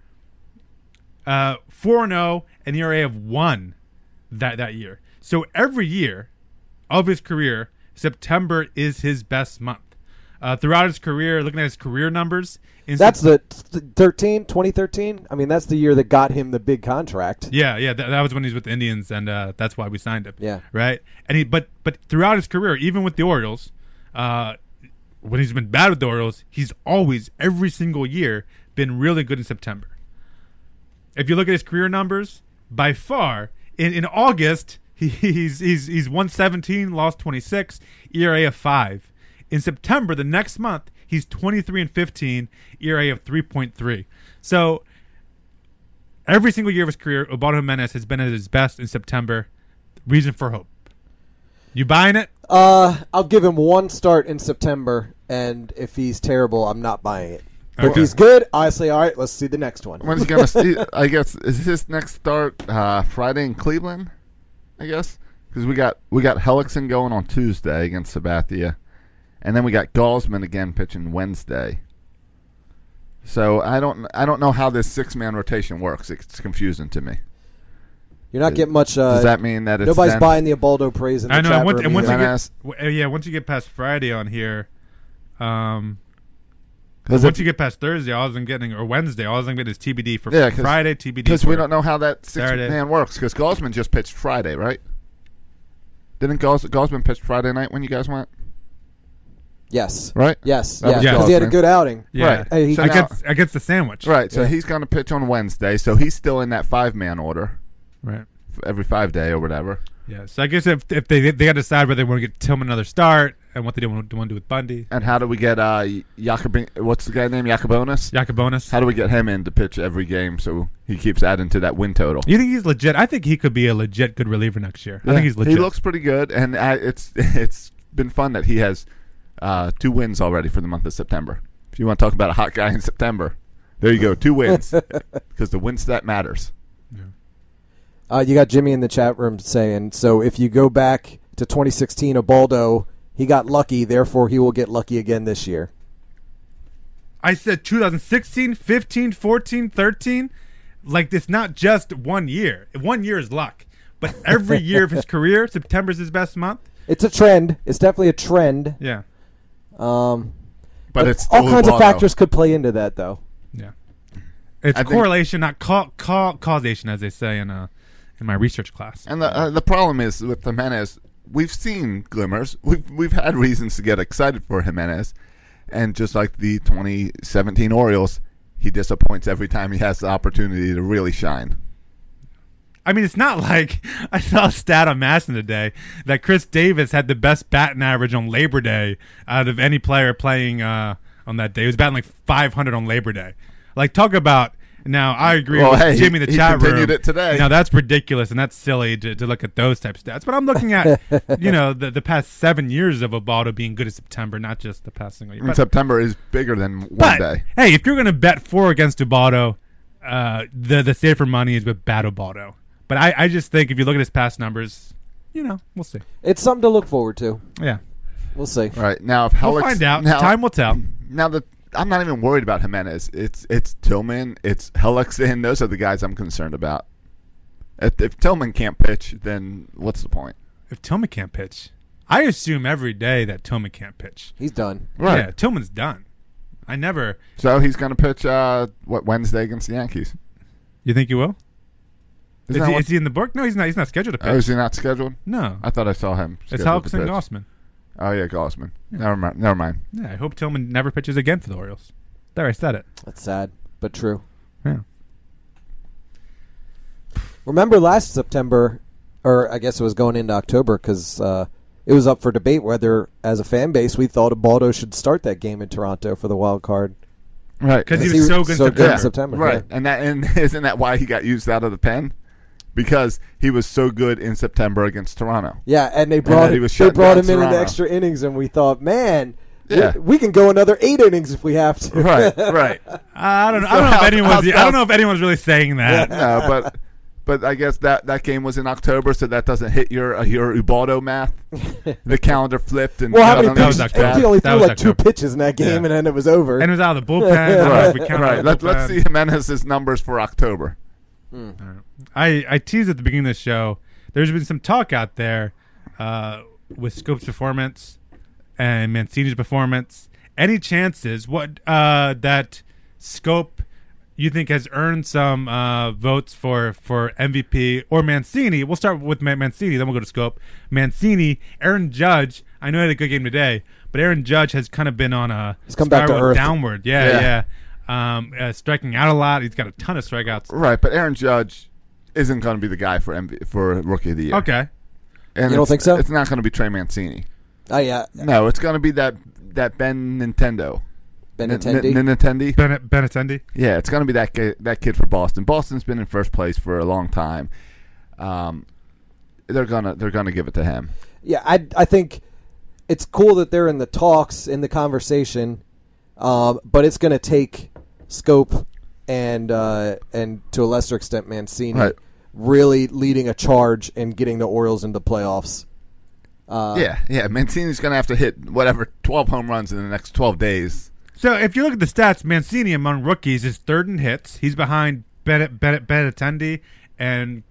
S3: uh, four and zero, an ERA of one that that year. So every year of his career, September is his best month. Uh, throughout his career, looking at his career numbers, in
S5: That's the th- 13, 2013. I mean, that's the year that got him the big contract.
S3: Yeah, yeah, that, that was when he was with the Indians, and uh, that's why we signed him.
S5: Yeah.
S3: right. And he, but but throughout his career, even with the Orioles, uh, when he's been bad with the Orioles, he's always every single year been really good in September. If you look at his career numbers, by far in, in August he, he's he's he's 117, lost 26, ERA of five. In September, the next month, he's 23 and 15, ERA of 3.3. So every single year of his career, Obado Jimenez has been at his best in September. Reason for hope. You buying it?
S5: Uh, I'll give him one start in September, and if he's terrible, I'm not buying it. But if
S3: Okay.
S5: he's good, I say, all right, let's see the next one.
S1: When's he gonna? see, I guess is his next start uh, Friday in Cleveland? I guess because we got we got Hellickson going on Tuesday against Sabathia, and then we got Galsman again pitching Wednesday. So I don't I don't know how this six man rotation works. It's confusing to me.
S5: You're not getting much. Uh,
S1: Does that mean that it's
S5: nobody's
S1: then-
S5: buying the Abaldo praise? In the
S3: I know.
S5: Chat
S3: And once,
S5: room
S3: and once you
S5: either.
S1: Can I
S3: get,
S1: ask-
S3: w- uh, yeah, once you get past Friday on here, um,
S1: 'Cause
S3: once
S1: if-
S3: you get past Thursday, all I'm getting or Wednesday, all I'm getting is TBD for
S1: Yeah, 'cause-
S3: Friday TBD.
S1: Because we
S3: for-
S1: don't know how that six
S3: Saturday.
S1: man works. Because Gosman just pitched Friday, right? Didn't Gos- Gosman pitch Friday night when you guys went?
S5: Yes.
S1: Right?
S5: Yes.
S1: That
S5: Yeah.
S1: was
S5: Because he had a
S1: Gosman.
S5: good outing.
S3: Yeah,
S1: Right.
S5: Hey, he-
S1: So now-
S3: against against the sandwich.
S1: right. So
S5: Yeah.
S1: he's going to pitch on Wednesday. So he's still in that five man order
S3: right.
S1: f- every five day or whatever.
S3: Yeah. So I guess if if they they got to decide whether they want to get Tillman another start and what they want to do with Bundy,
S1: And how do we get uh Jakob? What's the guy named Jakobonis?
S3: Yacobonis.
S1: How do we get him in to pitch every game so he keeps adding to that win total?
S3: You think he's legit? I think he could be a legit good reliever next year. I think he's legit.
S1: He looks pretty good, and I, it's it's been fun that he has uh, two wins already for the month of September. If you want to talk about a hot guy in September, there you go, two wins because the wins that matters.
S5: Uh, you got Jimmy in the chat room saying, so if you go back to 2016, Abaldo, he got lucky, therefore he will get lucky again this year.
S3: I said 2016, 15, 14, 13. Like it's not just one year. One year is luck, but every year of his career, September's his best month.
S5: It's a trend. It's definitely a trend.
S3: Yeah,
S5: Um,
S1: But it's
S5: all
S1: still
S5: kinds
S1: Ubaldo.
S5: of factors could play into that, though.
S3: yeah. It's
S1: I think-
S3: correlation, not ca- ca- causation, as they say in uh in my research class.
S1: And the uh, the problem is with Jimenez, we've seen glimmers. We've we've had reasons to get excited for Jimenez, and just like the 2017 Orioles, he disappoints every time he has the opportunity to really shine.
S3: I mean, it's not like I saw a stat on Masson today that Chris Davis had the best batting average on Labor Day out of any player playing uh, on that day. He was batting like 500 on Labor Day. Like, talk about Now I agree
S1: Well,
S3: with
S1: hey,
S3: Jimmy in the
S1: he
S3: chat
S1: continued
S3: room.
S1: it today.
S3: Now that's ridiculous and that's silly to, to look at those type of stats. But I'm looking at you know the, the past seven years of Obaldo being good in September, not just the past single year.
S1: I mean,
S3: But-
S1: September is bigger than one
S3: but
S1: day.
S3: hey, if you're gonna bet four against Ubaldo, uh, the the safer money is with Bad Ubaldo. But I, I just think if you look at his past numbers, you know, we'll see.
S5: It's something to look forward to.
S3: Yeah,
S5: We'll see.
S1: All right now, if Helix,
S3: we'll find out.
S1: Now,
S3: Time will tell.
S1: now that I'm not even worried about Jimenez. It's it's Tillman, it's Helixson. Those are the guys I'm concerned about. If, if Tillman can't pitch, then what's the point?
S3: If Tillman can't pitch, I assume every day that Tillman can't pitch.
S5: He's done.
S1: Right.
S3: Yeah, Tillman's done. I never.
S1: So he's going to pitch uh, what Wednesday against the Yankees.
S3: You think he will?
S1: Is
S3: Is,
S1: that
S3: he,
S1: what-
S3: is he in the book? No, he's not. He's not scheduled to pitch.
S1: Oh, is he not scheduled?
S3: no,
S1: I thought I saw him.
S3: it's
S1: scheduled
S3: Alex
S1: to
S3: and
S1: pitch.
S3: Gossman.
S1: Oh yeah, Gossman. Never mind. Never mind.
S3: Yeah, I hope Tillman never pitches again for the Orioles. There, I said it.
S5: That's sad, but true.
S3: Yeah.
S5: Remember last September, or I guess it was going into October, because uh, it was up for debate whether, as a fan base, we thought Ubaldo should start that game in Toronto for the wild card.
S1: Right.
S3: 'Cause he
S5: Because
S3: was so good in
S5: in
S3: September.
S5: September.
S1: Right.
S5: yeah.
S1: And that and isn't that why he got used out of the pen? Because he was so good in September against Toronto.
S5: Yeah, and they
S1: that
S5: brought
S1: he was
S5: they
S1: shut
S5: brought
S1: down
S5: him in in
S1: Toronto.
S5: the extra innings, and we thought, man, we-
S1: Yeah.
S5: we, can go another eight innings if we have to.
S1: Right. Right. no,
S3: I don't know. I don't know
S1: how-
S3: if anyone's.
S1: how-
S3: I don't know if anyone's really saying that.
S1: but but I guess that that game was in October, so that doesn't hit your uh, your Ubaldo math. the calendar flipped and
S5: well,
S1: got
S5: how many
S1: on the-
S3: That was
S5: pitches?
S3: October.
S5: He only
S3: That
S5: threw
S3: was
S5: like two
S3: October.
S5: pitches in that game,
S3: Yeah.
S5: and then it was over.
S3: And it was out of the bullpen. I don't know if we
S1: Right.
S3: count
S1: right.
S3: out of
S1: Let,
S3: the
S1: let's
S3: bullpen.
S1: see Jimenez's numbers for October.
S3: I, I teased at the beginning of the show. There's been some talk out there uh, with Scope's performance and Mancini's performance. Any chances what uh, that Scope you think has earned some uh, votes for for MVP or Mancini? We'll start with Man- Mancini, then we'll go to Scope. Mancini, Aaron Judge. I know he had a good game today, but Aaron Judge has kind of been on a
S5: He's come back to
S3: spiral
S5: earth.
S3: downward. Yeah,
S1: Yeah.
S3: yeah. Um, uh, striking out a lot. He's got a ton of strikeouts.
S1: Right. But Aaron Judge isn't going to be the guy for MV, for Rookie of the Year.
S3: Okay.
S1: And
S5: You don't
S1: it's-
S5: think so?
S1: It's not going to be Trey Mancini.
S5: oh yeah,
S1: No, it's going to be that that Ben Nintendo. N-
S5: Benintendi.
S1: N- Nintendi.
S3: Ben Benatendi.
S1: Yeah, it's going to be that ki- that kid for Boston. Boston's been in first place for a long time. Um, they're gonna they're gonna give it to him.
S5: yeah, I I think it's cool that they're in the talks in the conversation, um, but it's going to take scope and uh, and to a lesser extent Mancini
S1: Right.
S5: really leading a charge and getting the Orioles into playoffs. Uh,
S1: yeah, yeah. Mancini's going to have to hit whatever twelve home runs in the next twelve days.
S3: So if you look at the stats, Mancini among rookies is third in hits. He's behind Bennett Bennett Benatendi and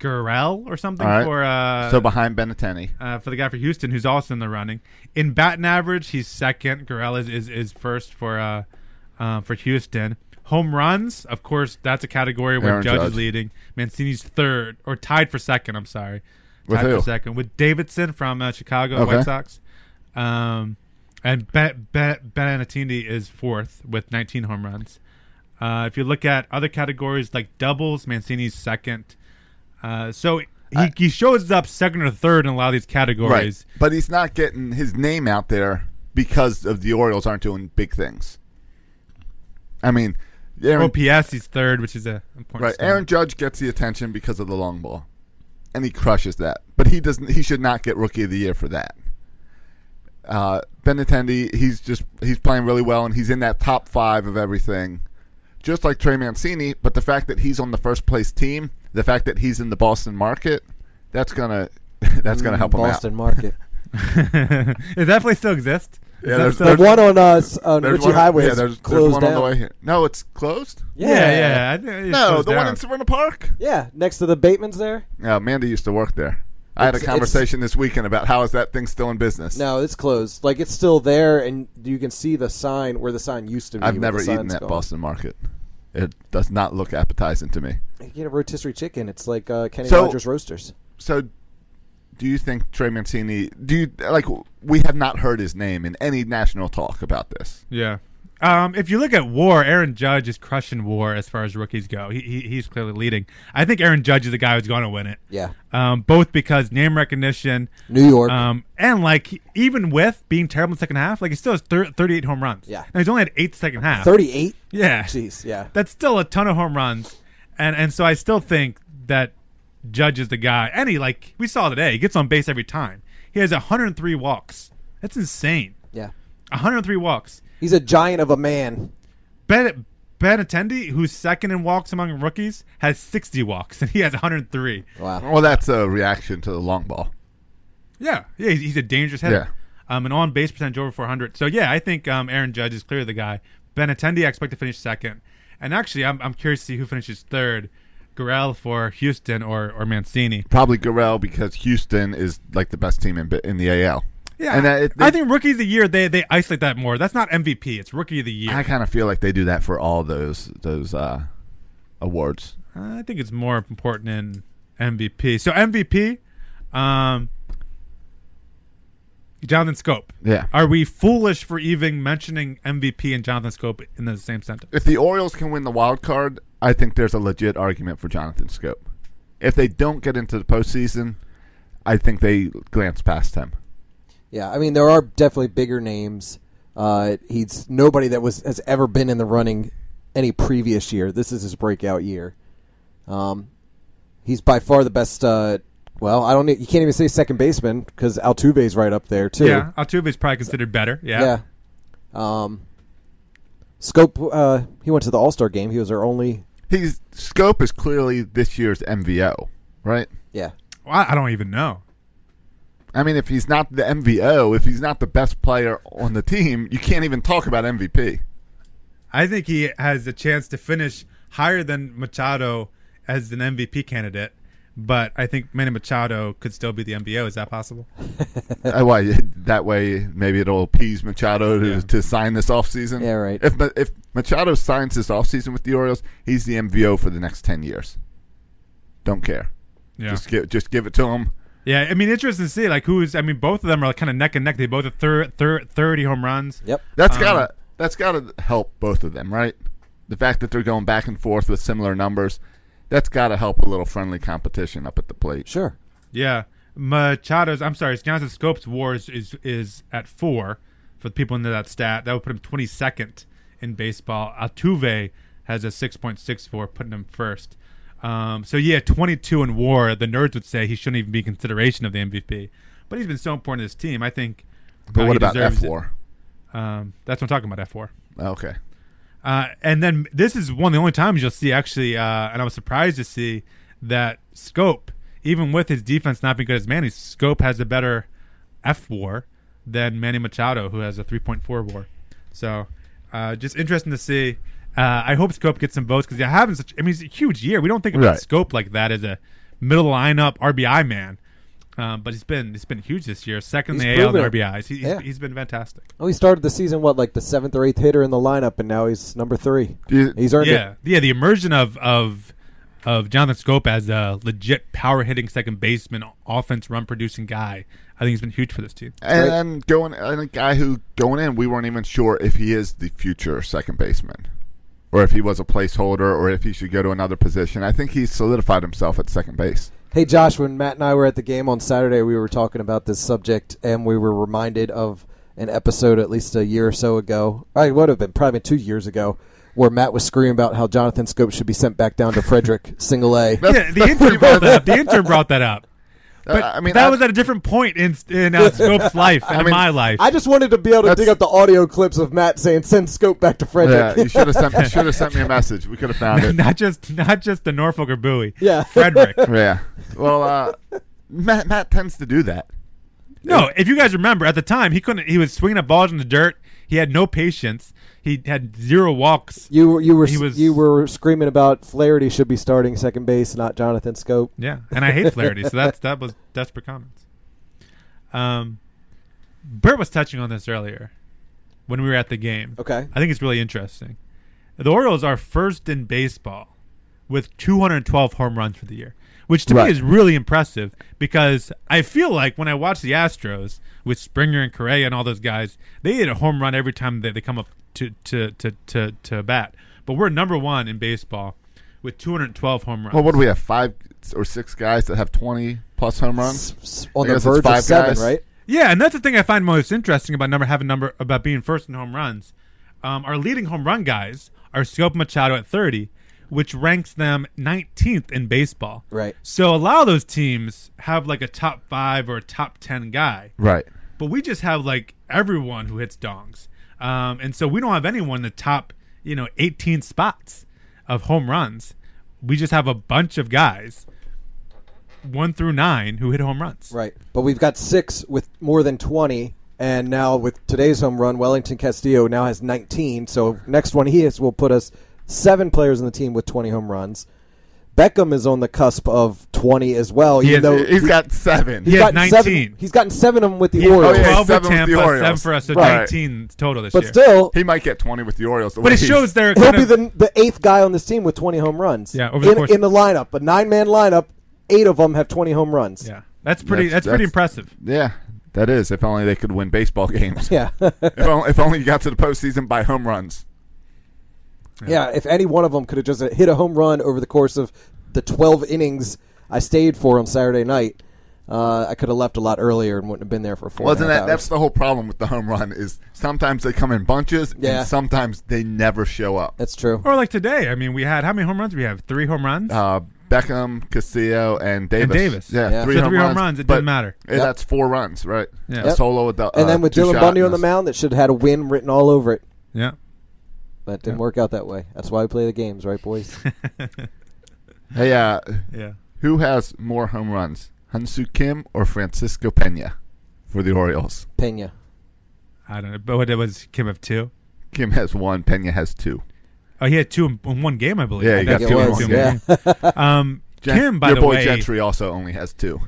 S3: Gurrell or something
S1: All right.
S3: for uh,
S1: so behind Benatendi.
S3: uh, for the guy for Houston who's also in the running. In batting average, he's second. Gurrell is, is, is first for uh, uh, for Houston. Home runs, of course, that's a category where
S1: Aaron
S3: Judge,
S1: Judge.
S3: is leading. Mancini's third or tied for second. I'm sorry,
S1: With
S3: tied
S1: who?
S3: for second with Davidson from uh, Chicago
S1: Okay.
S3: White Sox. Um, and Ben Ben Benintendi is fourth with 19 home runs. Uh, if you look at other categories like doubles, Mancini's second. Uh, so he, he shows up second or third in a lot of these categories.
S1: Right, but he's not getting his name out there because of the Orioles aren't doing big things. I mean, Aaron
S3: OPS he's third, which is a important.
S1: Right.
S3: stat.
S1: Aaron Judge gets the attention because of the long ball, and he crushes that. But he doesn't. He should not get Rookie of the Year for that. Uh, ben he's just he's playing really well, and he's in that top five of everything, just like Trey Mancini. But the fact that he's on the first place team, the fact that he's in the Boston market, that's gonna that's gonna help
S5: Boston
S1: him out.
S5: market.
S3: Does that place still exist? Is
S1: Yeah,
S3: that
S1: there's-
S3: still-
S5: The one on uh, s- on
S1: There's
S5: Ritchie
S1: one-
S5: Highway
S1: yeah,
S5: is
S1: there's, there's
S5: closed
S1: one
S5: down.
S1: on the way here. No, it's closed.
S3: yeah, yeah. I think it's
S1: No,
S3: closed
S1: the one
S3: down.
S1: in Severna Park.
S5: Yeah, next to the Bateman's there.
S1: Yeah, Amanda used to work there. I had a
S5: It's- it's-
S1: conversation this weekend about how is that thing still in business.
S5: No, it's closed. Like it's still there, and you can see the sign where the sign used to be.
S1: I've
S5: where
S1: never
S5: the
S1: eaten
S5: sign's
S1: at
S5: gone.
S1: Boston Market. It does not look appetizing to me.
S5: You get a rotisserie chicken. It's like uh, Kenny
S1: So-
S5: Rogers Roasters.
S1: So, do you think Trey Mancini? Do you like? We have not heard his name in any national talk about this.
S3: Yeah. Um, if you look at WAR, Aaron Judge is crushing WAR as far as rookies go. He, he he's clearly leading. I think Aaron Judge is the guy who's going to win it.
S5: Yeah.
S3: Um, both because name recognition,
S5: New York.
S3: um, and like he- even with being terrible in the second half, like he still has thir- 38 home runs.
S5: Yeah.
S3: and he's only had eight second half.
S5: 38?
S3: Yeah,
S5: Jeez, yeah.
S3: that's still a ton of home runs, and and so I still think that Judge is the guy. And he like we saw today, he gets on base every time. He has 103 walks. That's insane.
S5: Yeah.
S3: 103 walks.
S5: He's a giant of a man.
S3: Ben Ben Attendee, who's second in walks among rookies, has 60 walks, and he has 103.
S5: Wow.
S1: Well, that's a reaction to the long ball.
S3: Yeah, yeah, he's, he's a dangerous hitter.
S1: Yeah.
S3: Um, an on base percentage over 400. So yeah, I think um, Aaron Judge is clearly the guy. Ben Attendee, I expect to finish second. And actually, I'm, I'm curious to see who finishes third. Gurrell for Houston or or Mancini.
S1: Probably Garrell because Houston is like the best team in in the AL. and that, it,
S3: I think rookie of the year they they isolate that more. That's not MVP. It's rookie of the year.
S1: I kind of feel like they do that for all those those uh, awards.
S3: Uh, I think it's more important in MVP. So MVP, um, Jonathan Scope.
S1: Yeah.
S3: Are we foolish for even mentioning MVP and Jonathan Scope in the same sentence?
S1: If the Orioles can win the wild card, I think there's a legit argument for Jonathan Scope. If they don't get into the postseason, I think they glance past him.
S5: Yeah, I mean there are definitely bigger names. Uh, he's nobody that was has ever been in the running any previous year. This is his breakout year. Um, he's by far the best. Uh, well, I don't. e- You can't even say second baseman because Altuve's right up there too.
S3: Yeah. Altuve is probably considered better. Yeah.
S5: Yeah. Um, Scope. Uh, he went to the All Star game. He was our only.
S1: He's Scope is clearly this year's MVO, right?
S5: Yeah.
S3: Well, I I don't even know.
S1: I mean, if he's not the MVO, if he's not the best player on the team, you can't even talk about MVP.
S3: I think he has a chance to finish higher than Machado as an MVP candidate, but I think Manny Machado could still be the MBO. Is that possible?
S1: Uh, why- that way, maybe it'll appease Machado to,
S3: Yeah.
S1: to sign this offseason.
S5: Yeah, right.
S1: If Ma- if Machado signs this offseason with the Orioles, he's the MVO for the next ten years. Don't care.
S3: Yeah.
S1: Just give just give it to him.
S3: Yeah, I mean, interesting to see like who's. I mean, both of them are like, kind of neck and neck. They both have thir- thir- thirty home runs.
S5: Yep.
S1: That's
S3: Um,
S1: gotta that's gotta help both of them, right? The fact that they're going back and forth with similar numbers, that's gotta help a little friendly competition up at the plate.
S5: Sure.
S3: Yeah, Machado's. I'm sorry, Jonathan Scope's WAR is is, is at four for the people into that stat. That would put him twenty second in baseball. Altuve has a six point six four, putting him first. Um, so yeah, twenty two in WAR. The nerds would say he shouldn't even be in consideration of the MVP, but he's been so important to his team. I think.
S1: But
S3: uh,
S1: what
S3: he
S1: about F
S3: deserves it.
S1: four?
S3: Um, that's what I'm talking about. F four.
S1: Okay.
S3: Uh, and then this is one of the only times you'll see actually, uh, and I was surprised to see that Scope, even with his defense not being good as Manny, Scope has a better F war than Manny Machado, who has a 3.4 war. So uh, just interesting to see. Uh, I hope Scope gets some votes because having such, I mean, it's a huge year. We don't think about
S1: Right.
S3: Scope like that as a middle lineup RBI man. Um, but he's been he's been huge this year. Second in
S5: He's
S3: the AL in
S5: proven it.
S3: RBIs. He, he's,
S5: Yeah.
S3: he's been fantastic.
S5: Oh, he started the season what like the seventh or eighth hitter in the lineup, and now he's number three.
S1: Do you-
S5: He's earned
S3: yeah,
S5: it.
S3: yeah. The immersion of of of Jonathan Scope as a legit power hitting second baseman, offense run producing guy, I think has been huge for this team.
S1: And,
S5: Right.
S1: and going and a guy who going in, we weren't even sure if he is the future second baseman, or if he was a placeholder, or if he should go to another position. I think he solidified himself at second base.
S5: Hey Josh, when Matt and I were at the game on Saturday, we were talking about this subject, and we were reminded of an episode at least a year or so ago. I would have been probably two years ago, where Matt was screaming about how Jonathan Scope should be sent back down to Frederick Single A.
S3: Yeah, the intern brought that up. The intern brought that up. But
S1: Uh, I mean,
S3: that
S1: I-
S3: was at a different point in in uh, Scope's life and
S1: mean,
S3: my life.
S5: I just wanted to be able to
S1: That's-
S5: dig up the audio clips of Matt saying "Send Scope back to
S1: Yeah,
S5: Frederick."
S1: you should have sent you should have sent me a message. We could have found it.
S3: not just not just the Norfolk or Bowie.
S5: Yeah.
S3: Frederick.
S1: Yeah. Well, uh, Matt Matt tends to do that.
S3: No, if you guys remember, at the time he couldn't. He was swinging at balls in the dirt. He had no patience. He had zero walks.
S5: You were you were
S3: He was-
S5: you were screaming about Flaherty should be starting second base, not Jonathan Scope.
S3: Yeah, and I hate Flaherty, so that's that was desperate comments. Um, Bert was touching on this earlier when we were at the game.
S5: Okay.
S3: I think it's really interesting. The Orioles are first in baseball with 212 home runs for the year. which to
S1: Right.
S3: me is really impressive because I feel like when I watch the Astros with Springer and Correa and all those guys, they hit a home run every time that they come up to to to to, to bat. But we're number one in baseball with 212 home runs.
S1: Well, what do we have? Five or six guys that have 20 plus home runs?
S5: S- on
S1: I
S5: the
S1: guess it's
S5: verge of
S1: five
S5: seven,
S1: guys.
S5: right?
S3: Yeah, and that's the thing I find most interesting about number having number about being first in home runs. Um, our leading home run guys are Scope Machado at 30, which ranks them 19th in baseball.
S5: Right.
S3: So a lot of those teams have like a top five or a top 10 guy,
S1: Right.
S3: but we just have like everyone who hits dongs, um, and so we don't have anyone in the top you know 18 spots of home runs. We just have a bunch of guys, one through nine, who hit home runs.
S5: Right. But we've got six with more than 20. And now with today's home run, Wellington Castillo now has 19. So next one he hits will put us seven players on the team with 20 home runs. Beckham is on the cusp of 20 as well.
S3: He
S5: even
S3: has-
S5: though
S1: He's got seven.
S3: Yeah.
S5: gotten Seven,
S3: 19.
S5: he's gotten seven of them with the
S3: Yeah,
S5: Orioles.
S1: yeah,
S3: Twelve
S1: seven
S3: for
S1: with
S3: Tampa,
S1: the Orioles.
S3: seven for us, so
S1: Right.
S3: nineteen total this
S5: but
S3: year.
S5: still,
S1: He might get 20 with the Orioles. the
S3: but
S1: way
S3: it
S1: he's-
S3: shows they're
S5: he'll
S3: kind
S5: be
S3: of,
S5: the, the eighth guy on this team with 20 home runs.
S3: Yeah, over the
S5: in,
S3: course-
S5: in the lineup, a nine man lineup, eight of them have 20 home runs.
S3: yeah. That's pretty.
S1: That's-
S3: That's, pretty
S1: that's-
S3: impressive.
S1: Yeah, that is. If only they could win baseball games.
S5: Yeah.
S1: if, only, if only you got to the postseason by home runs.
S5: Yeah, if any one of them could have just hit a home run over the course of the 12 innings I stayed for on Saturday night, uh, I could have left a lot earlier and wouldn't have been there for four.
S1: Wasn't
S5: and a half
S1: that? That's
S5: hours.
S1: the whole problem with the home run is sometimes they come in bunches
S5: Yeah.
S1: and sometimes they never show up.
S5: That's true.
S3: Or like today, I mean, we had how many home runs? We have three home runs.
S5: Oh.
S1: Uh, Beckham, Castillo, and Davis.
S3: Davis.
S1: Yeah,
S5: Yeah.
S1: three,
S3: So
S1: home,
S3: three home
S1: runs,
S3: runs, it
S1: but-
S3: didn't matter.
S1: Yeah,
S5: Yep.
S1: That's four runs, right?
S3: Yeah.
S1: A
S3: Yep.
S1: solo with the
S5: and then
S1: uh,
S5: with
S1: two
S5: Dylan
S1: shot
S5: Bundy on the
S1: and a-
S5: mound, that should have had a win written all over it.
S3: yeah.
S5: But it didn't work out that way. That's why we play the games, right, boys?
S1: Hey, uh,
S3: yeah.
S1: who has more home runs, Hansu Kim or Francisco Pena, for the Orioles?
S5: Pena.
S3: I don't know, but what it was Kim of two.
S1: Kim has one. Pena has two.
S3: Oh, he had two in, in one game, I believe.
S1: Yeah, he got
S3: I think
S1: two
S3: it
S1: in
S3: was
S1: one
S3: two
S1: game.
S5: yeah.
S3: Um,
S1: Gen-
S3: Kim, by
S1: your
S3: the
S1: boy
S3: way,
S1: Gentry also only has two.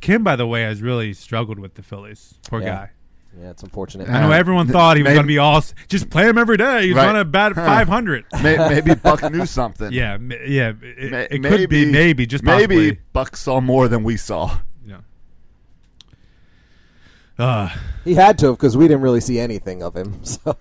S3: Kim, by the way, has really struggled with the Phillies. Poor
S5: Yeah.
S3: guy.
S5: yeah, it's unfortunate.
S1: Uh,
S3: I know everyone
S1: th-
S3: thought he was
S1: maybe-
S3: going to be all. s- Just play him every day. He's
S1: Right.
S3: going to bat
S1: Huh.
S3: five hundred.
S1: May- maybe Buck knew something.
S3: Yeah, m- yeah. It,
S1: Ma-
S3: it could be maybe just possibly.
S1: maybe Buck saw more than we saw.
S3: Yeah. Uh,
S5: He had to have because we didn't really see anything of him. So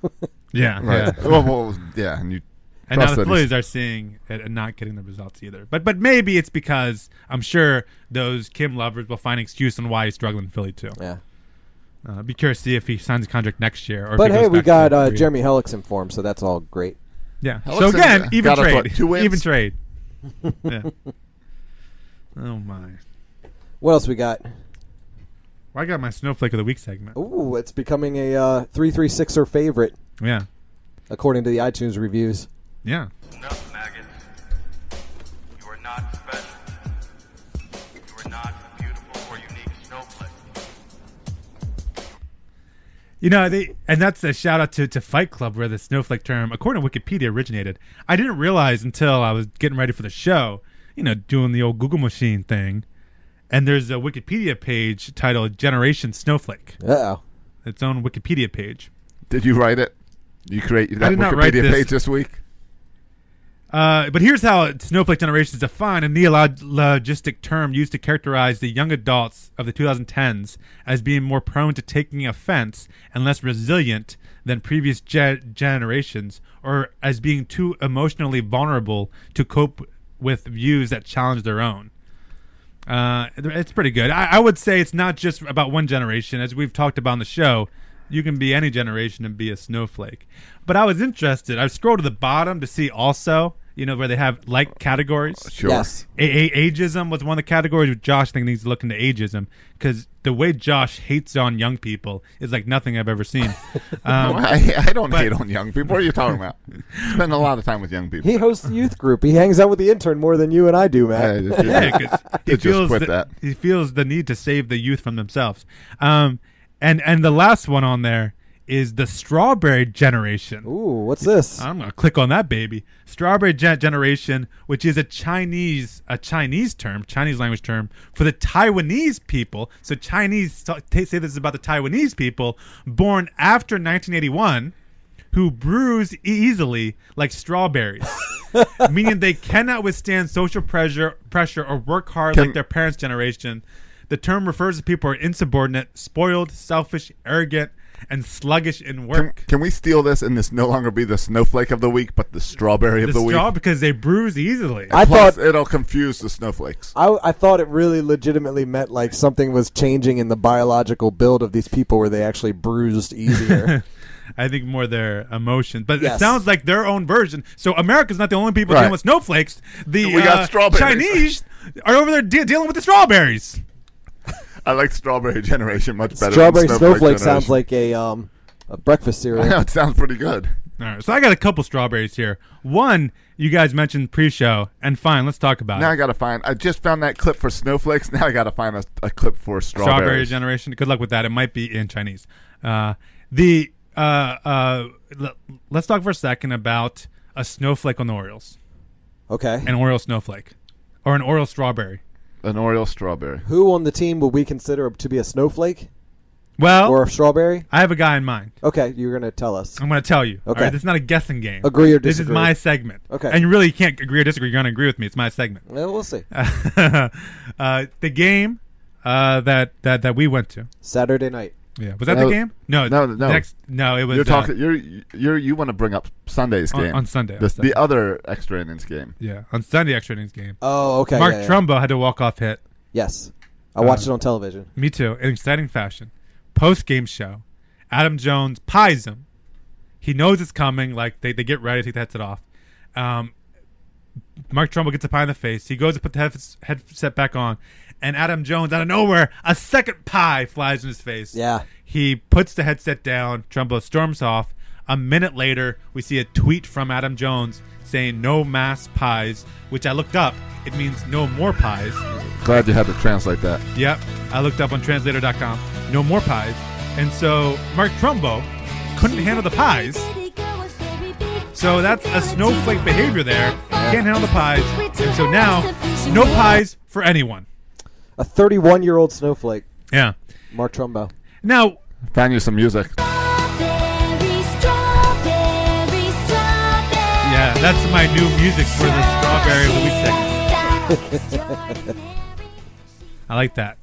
S3: yeah,
S1: Right.
S3: yeah.
S1: well, well, yeah, and you.
S3: And now
S1: trust
S3: the
S1: that he's-
S3: Phillies are seeing it and not getting the results either. But but maybe it's because I'm sure those Kim lovers will find an excuse on why he's struggling in Philly too.
S5: yeah.
S3: Uh, I'd be curious to see if he signs a contract next year. Or if
S5: But
S3: he goes
S5: hey, we
S3: back to
S5: got
S3: the
S5: uh,
S3: three.
S5: Jeremy Hellick's in form, so that's all great.
S3: Yeah. So
S1: Alexander
S3: again, even
S1: got us, what,
S3: trade,
S1: two wins?
S3: even trade. yeah. Oh my!
S5: What else we got?
S3: Well, I got my snowflake of the week segment.
S5: Ooh, it's becoming a uh, three three sixer favorite.
S3: Yeah,
S5: according to the iTunes reviews.
S3: yeah.
S6: Enough, maggots. You are not special. You are not a beautiful or unique snowflake.
S3: You know, they and that's a shout out to, to Fight Club where the snowflake term, according to Wikipedia, originated. I didn't realize until I was getting ready for the show, you know, doing the old Google machine thing. And there's a Wikipedia page titled Generation Snowflake.
S5: Uh oh.
S3: Its own Wikipedia page.
S1: Did you write it? You create that
S3: did not
S1: Wikipedia
S3: write this.
S1: page this week.
S3: Uh, but here's how it- snowflake generation is defined a neologistic term used to characterize the young adults of the 2010s as being more prone to taking offense and less resilient than previous ge- generations, or as being too emotionally vulnerable to cope with views that challenge their own. Uh, it's pretty good. I, I would say it's not just about one generation, as we've talked about on the show. You can be any generation and be a snowflake. But I was interested. I scrolled to the bottom to see also, you know, where they have like categories.
S1: Sure.
S5: Yes.
S3: A- a- ageism was one of the categories. where Josh, I think, needs to look into ageism because the way Josh hates on young people is like nothing I've ever seen.
S1: No,
S3: Um,
S1: I, I don't
S3: but-
S1: hate on young people. What are you talking about? Spend a lot of time with young people.
S5: He hosts a youth group. He hangs out with the intern more than you and I do,
S1: Hey,
S5: Matt.
S1: just-
S3: Yeah, 'cause he
S1: Just
S3: feels
S1: quit
S3: the,
S1: that.
S3: he feels the need to save the youth from themselves. Um, and and the last one on there is the strawberry generation.
S5: Ooh, what's this?
S3: I'm gonna click on that baby. Strawberry gen- generation, which is a Chinese a Chinese term, Chinese language term for the Taiwanese people. So Chinese t- t- say this is about the Taiwanese people born after 1981, who bruise e- easily like strawberries. meaning they cannot withstand social pressure, pressure or work hard
S1: Can-
S3: like their parents' generation. The term refers to people who are insubordinate, spoiled, selfish, arrogant, and sluggish in
S1: Can,
S3: work.
S1: can we steal this and this no longer be the snowflake of the week, but the strawberry of
S3: the
S1: the week?
S3: straw because they bruise easily.
S5: I
S1: Plus, uh,
S5: thought
S1: it'll confuse the snowflakes.
S5: I, I thought it really legitimately meant like something was changing in the biological build of these people where they actually bruised easier.
S3: I think more their emotion, but it
S5: Yes.
S3: sounds like their own version. So America's not the only people
S1: Right.
S3: dealing with snowflakes. The
S1: We got
S3: uh,
S1: strawberries.
S3: Chinese are over there de- dealing with the strawberries.
S1: I like strawberry generation much better.
S5: Strawberry
S1: than snowflake,
S5: snowflake, sounds
S1: Generation.
S5: like a um a breakfast cereal.
S1: Yeah, it sounds pretty good.
S3: All right, so I got a couple strawberries here. One you guys mentioned pre-show, and fine, let's talk about
S1: Now I
S3: it.
S1: gotta find. I just found that clip for snowflakes. Now I gotta find a, a clip for
S3: Strawberry
S1: strawberries.
S3: generation. Good luck with that. It might be in Chinese. Uh, the uh, uh, l- let's talk for a second about a snowflake on the Orioles,
S5: Okay.
S3: an Oreo snowflake, or an Oreo strawberry.
S1: An Oreo strawberry.
S5: Who on the team would we consider to be a snowflake
S1: Oh.
S3: Well,
S5: or a strawberry?
S3: I have a guy in mind.
S5: Okay, you're gonna tell us.
S1: Um,
S3: I'm going to tell you. Okay.
S5: Okay.
S3: All right? It's not a guessing game.
S5: Agree or
S3: This is
S5: disagree?
S3: my segment.
S5: Okay.
S3: And you really can't agree or disagree. You're going to agree with me. It's my segment.
S5: Yeah, we'll see.
S3: uh, the game uh, that, that that we went to.
S5: Saturday night.
S3: Yeah. Was that
S1: No.
S3: the game? No.
S1: No, no.
S3: Next, no, it was
S1: You're
S3: uh,
S1: talking. You're you're you want to bring up Sunday's
S3: on-
S1: game
S3: on Sunday, on
S1: The,
S3: Sunday.
S1: the other extra innings game.
S3: yeah, on Sunday extra innings game.
S5: Oh, okay.
S3: Mark
S5: yeah, yeah.
S3: Trumbo had to walk off hit.
S5: Yes, I watched
S1: Uh,
S5: it on television.
S3: Me too. In exciting fashion. Post game show. Adam Jones pies him. He knows it's coming. Like they, they get ready. He hits it off. Um, Mark Trumbull gets a pie in the face. He goes to put the head- headset back on, and Adam Jones out of nowhere, a second pie flies in his face.
S5: Yeah.
S3: He puts the headset down. Trumbo storms off. A minute later, we see a tweet from Adam Jones saying "No mass pies," which I looked up. It means no more pies.
S1: Glad you had to translate that.
S3: Yep. I looked up on translator.com. No more pies. And so Mark Trumbo couldn't handle the pies. So that's a snowflake behavior there. Can't handle the pies. And so now, no pies for anyone.
S5: A 31 year old snowflake,
S3: Yeah.
S5: Mark Trumbo.
S3: Now,
S1: Find you some music.
S3: yeah, that's my new music for the strawberry of the week segment. I like that.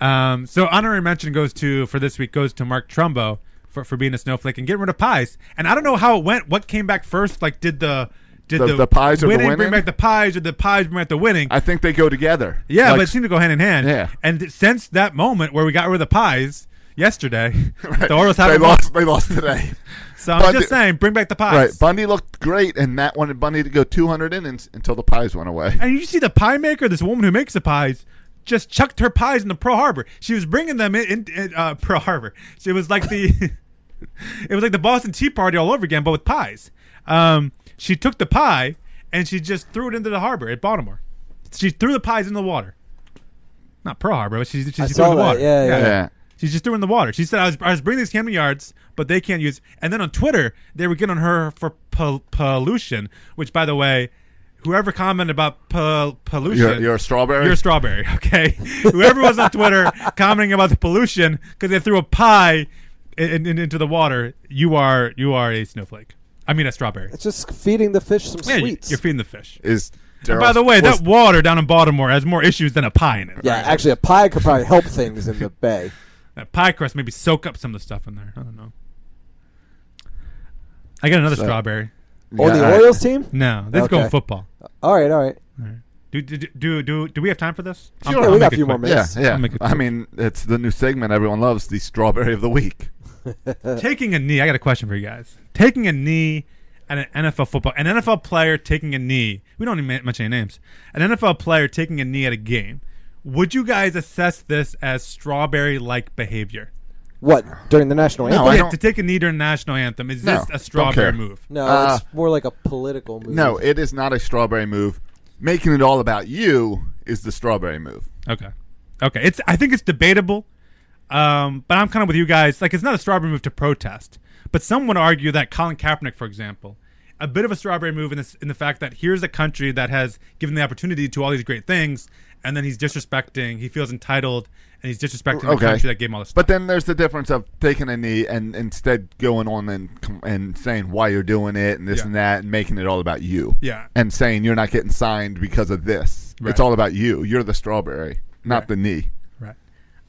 S3: Um, so honorary mention goes to for this week goes to Mark Trumbo for, for being a snowflake and getting rid of pies. And I don't know how it went. What came back first? Like did the did
S1: The-
S3: the,
S1: the pies or the winning?
S3: bring back the pies or the pies bring back the winning?
S1: I think they go together.
S3: yeah,
S1: Like-
S3: but it seemed to go hand in hand.
S1: Yeah.
S3: And th- since that moment where we got rid of the pies yesterday, the Orioles
S1: they
S3: haven't lost.
S1: lost. They lost today.
S3: So I'm
S1: Bundy-
S3: just saying, bring back the pies.
S1: Right, Bundy looked great, and Matt wanted Bundy to go 200 innings until the pies went away.
S3: and you see the pie maker, this woman who makes the pies, just chucked her pies in the Pearl Harbor. She was bringing them in, in, in uh, Pearl Harbor. She was like the, it was like the Boston Tea Party all over again, but with pies. Um, she took the pie and she just threw it into the harbor at Baltimore. She threw the pies in the water. Not Pearl Harbor, but she, she, she threw
S5: saw
S3: it in the
S5: that.
S3: water.
S5: Yeah, yeah.
S1: Yeah.
S3: She just threw it in the water. She said, I was, I was bringing these Camden Yards, but they can't use. And then on Twitter, they were getting on her for pol- pollution, which, by the way, whoever commented about pol- pollution.
S1: You're, you're a strawberry.
S3: You're a strawberry, okay? whoever was on Twitter commenting about the pollution because they threw a pie in, in, into the water, you are you are a snowflake. I mean, a strawberry.
S5: It's just feeding the fish some
S3: Yeah, you-
S5: sweets.
S3: you're feeding the fish.
S1: is
S3: And by the way, that water down in Baltimore has more issues than a pie in it.
S5: yeah, actually, a pie could probably help things in the bay.
S3: That pie crust maybe soak up some of the stuff in there. I don't know. I got another strawberry.
S5: Or the Orioles team?
S3: No, this is
S5: Okay.
S3: going football.
S5: All right, all right.
S3: Do do do do, do we have time for this? I'm-
S1: Sure.
S5: Yeah,
S3: I'll
S5: we
S3: make
S5: got
S3: it
S5: a few more
S3: quick.
S1: Yeah,
S5: minutes.
S1: yeah.
S3: make it
S1: I
S3: quick.
S1: mean, it's the new segment everyone loves, the strawberry of the week.
S3: Taking a knee. I got a question for you guys. Taking a knee at an NFL football, an NFL player taking a knee. We don't even mention any names. An NFL player taking a knee at a game. Would you guys assess this as strawberry-like behavior?
S5: What during the national anthem?
S1: I
S3: yeah,
S1: don't-
S3: to take a knee during national anthem is
S1: No,
S3: this
S1: don't
S3: a strawberry
S1: care.
S3: move?
S5: No,
S1: Uh,
S5: it's more like a political move.
S1: No, it is not a strawberry move. Making it all about you is the strawberry move.
S3: Okay. Okay. It's I think it's debatable. Um, but I'm kind of with you guys. Like it's not a strawberry move to protest, but some would argue that Colin Kaepernick, for example, a bit of a strawberry move in this in the fact that here's a country that has given the opportunity to all these great things, and then he's disrespecting. He feels entitled, and he's disrespecting the
S1: Okay.
S3: country that gave him all this.
S1: But then there's the difference of taking a knee and instead going on and com- and saying why you're doing it and this
S3: Yeah.
S1: and that and making it all about you.
S3: Yeah.
S1: And saying you're not getting signed because of this.
S3: Right.
S1: It's all about you. You're the strawberry, not the knee.
S3: Right.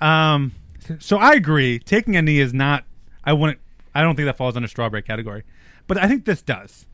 S3: Um. So I agree. Taking a knee is not. I wouldn't. I don't think that falls under strawberry category, but I think this does.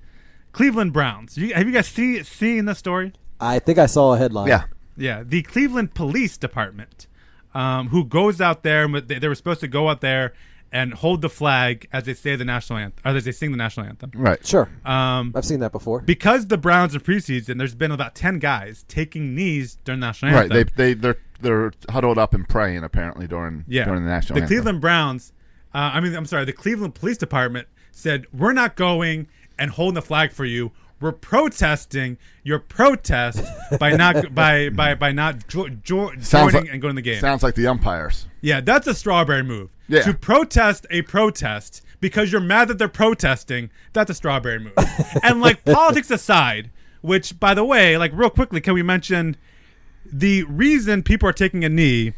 S3: Cleveland Browns. You, have you guys see, seen this story?
S5: I think I saw a headline.
S1: Yeah.
S3: Yeah, the Cleveland Police Department, um, who goes out there and they, they were supposed to go out there and hold the flag as they say the national anthem, or as they sing the national anthem.
S1: Right.
S5: Sure.
S3: Um,
S5: I've seen that before.
S3: because the Browns in preseason, there's been about ten guys taking knees during the national
S1: Right.
S3: anthem.
S1: They they they're they're huddled up and praying apparently during
S3: yeah.
S1: during the national
S3: The
S1: anthem.
S3: Cleveland Browns, uh, I mean, I'm sorry, the Cleveland Police Department said, We're not going and holding the flag for you. We're protesting your protest by not by by by not jo- jo-
S1: Sounds
S3: joining
S1: like-
S3: and going to the game.
S1: Sounds like the umpires.
S3: yeah, that's a strawberry move.
S1: Yeah.
S3: To protest a protest because you're mad that they're protesting, that's a strawberry move. and like politics aside, which by the way, like real quickly, can we mention the reason people are taking a knee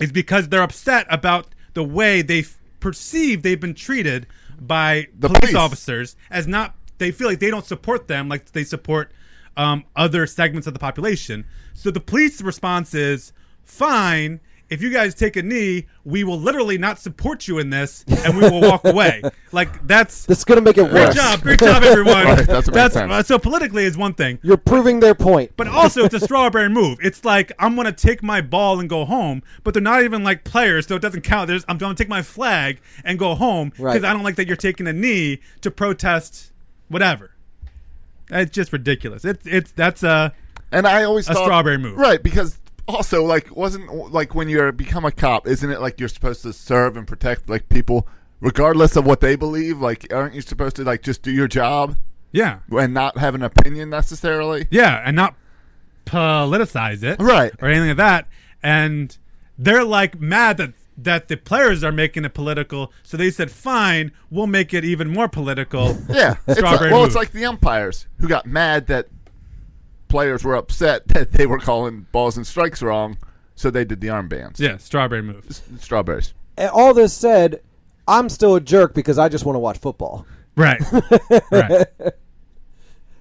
S3: is because they're upset about the way they f- perceive they've been treated by
S1: The
S3: police,
S1: police.
S3: officers as not they feel like they don't support them like they support um, other segments of the population so the police response is fine if you guys take a knee we will literally not support you in this and we will walk away like that's
S5: this is going to make it
S3: great
S5: worse.
S3: job great job everyone uh,
S1: Right, that's what makes sense.
S3: so politically is one thing
S5: You're proving their point.
S3: but also, it's a strawberry move. It's like I'm gonna take my ball and go home, but they're not even like players, so it doesn't count. There's, I'm gonna take my flag and go home because
S5: Right.
S3: I don't like that you're taking a knee to protest whatever. It's just ridiculous. It's it's that's uh
S1: And I always
S3: A
S1: thought,
S3: strawberry move.
S1: right? Because also, like, wasn't like when you're become a cop, isn't it like you're supposed to serve and protect like people, regardless of what they believe? Like, aren't you supposed to like just do your job
S3: yeah
S1: and not have an opinion necessarily?
S3: yeah, and not politicize it
S1: Right.
S3: or anything like that. And they're like mad that that the players are making it political, so they said, "Fine, we'll make it even more political."
S1: Yeah. It's like,
S3: Strawberry
S1: well,
S3: move.
S1: it's like the umpires who got mad that players were upset that they were calling balls and strikes wrong, so they did the armbands.
S3: yeah, strawberry move.
S1: Strawberries.
S5: And all this said, I'm still a jerk because I just want to watch football.
S3: Right. right.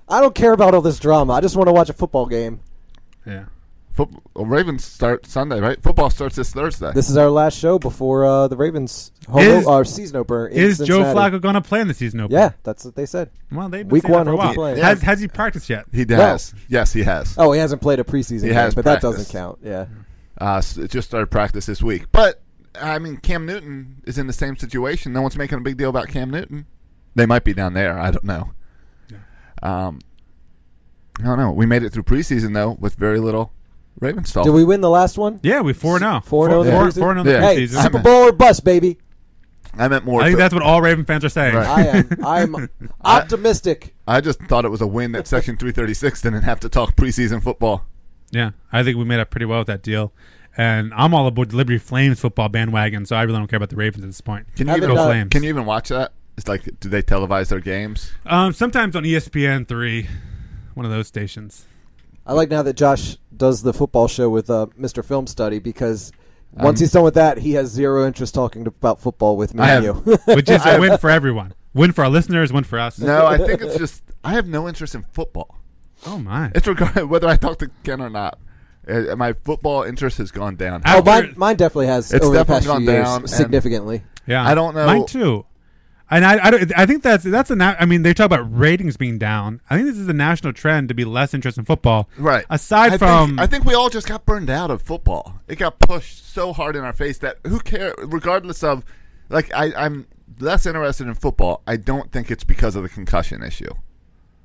S5: I don't care about all this drama. I just want to watch a football game.
S3: Yeah.
S1: Football, Ravens start Sunday, right? Football starts this Thursday.
S5: This is our last show before uh, the Ravens' home
S3: Is-
S5: our season opener. in
S3: Is Joe
S5: Cincinnati.
S3: Flacco going to play in the season opener?
S5: Yeah, that's what they said.
S3: Well, they've been
S5: Week
S3: saying that
S5: one,
S3: for a
S5: he'll be
S3: while.
S5: playing.
S3: Has, has he practiced yet?
S1: he does. Yes, he has.
S5: Oh, he hasn't played a preseason game,
S1: has
S5: but that
S1: practiced.
S5: doesn't count. Yeah.
S1: Uh, s- it just started practice this week. But I mean, Cam Newton is in the same situation. No one's making a big deal about Cam Newton. They might be down there. I don't know. Um, I don't know. We made it through preseason though with very little Ravens talk.
S5: Did we win the last one?
S3: Yeah, we four now.
S5: Four and oh in the
S3: four,
S5: preseason?
S3: four and oh in the
S1: Yeah.
S5: Hey,
S3: preseason.
S5: Super Bowl or bust, baby.
S1: I meant more.
S3: I
S1: to-
S3: think that's what all Raven fans are saying.
S1: Right.
S5: I am. I'm optimistic.
S1: I just thought it was a win that Section 336 didn't have to talk preseason football.
S3: Yeah, I think we made up pretty well with that deal. And I'm all aboard the Liberty Flames football bandwagon, so I really don't care about the Ravens at this point.
S1: Can you
S5: Haven't
S1: even
S5: done-
S3: Flames.
S1: can you even watch that? It's like, do they televise their games?
S3: Um, sometimes on ESPN three, one of those stations.
S5: I like now that Josh does the football show with uh, Mr. Film Study because once he's done with that, he has zero interest talking to, about football with me
S1: Um, I
S5: and
S1: have-
S5: you.
S3: Which is a win for everyone. Win for our listeners, win for us.
S1: No, I think it's just I have no interest in football.
S3: Oh my.
S1: It's regard whether I talk to Ken or not. Uh, my football interest has gone down.
S3: I-
S5: oh, mine, mine definitely has
S1: It's
S5: over the past
S1: definitely
S5: few
S1: gone
S5: years
S1: down and-
S5: significantly.
S3: Yeah,
S1: I don't know-
S3: Mine too. And I, I, don't- I think that's that's a na- I mean they talk about ratings being down. I think this is a national trend to be less interest in football.
S1: right.
S3: Aside
S1: I
S3: from
S1: think, I think we all just got burned out of football. It got pushed so hard in our face that who care? Regardless of, like I, I'm less interested in football. I don't think it's because of the concussion issue.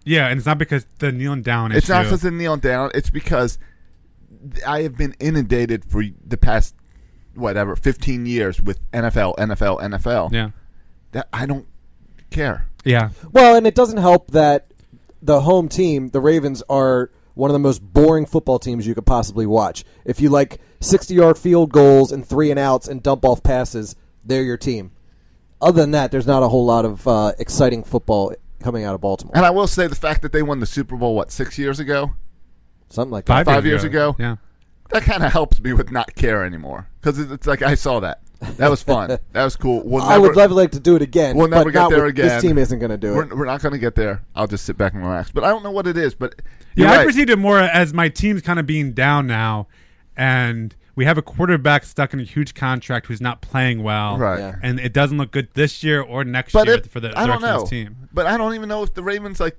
S3: yeah, and it's not because the kneeling down
S1: It's
S3: issue.
S1: not because of kneeling down. It's because th- I have been inundated for the past whatever 15 years with NFL, NFL, NFL.
S3: yeah,
S1: That I don't care.
S3: yeah,
S5: Well, and it doesn't help that the home team, the Ravens, are one of the most boring football teams you could possibly watch. If you like 60 yard field goals and three and outs and dump off passes, they're your team. Other than that, there's not a whole lot of uh, exciting football coming out of Baltimore.
S1: And I will say the fact that they won the Super Bowl what six years ago
S5: Something like that.
S3: five,
S1: Five years ago?
S3: Yeah,
S1: that kind of helps me with not care anymore because it's like I saw that. That was fun. that was cool. We'll
S5: I would
S1: never-
S5: love like to do it again.
S1: We'll never
S5: but
S1: get
S5: not
S1: there
S5: with-
S1: again.
S5: This team isn't going to do it.
S1: We're, we're not going to get there. I'll just sit back and relax. But I don't know what it is. But
S3: Yeah,
S1: you're
S3: I
S1: right.
S3: perceived it more as my team's kind of being down now, and we have a quarterback stuck in a huge contract who's not playing well,
S1: Right.
S5: Yeah.
S3: And it doesn't look good this year or next
S1: but
S3: year
S1: it,
S3: for the
S1: I don't
S3: direction of
S1: know.
S3: this team.
S1: But I don't even know if the Ravens like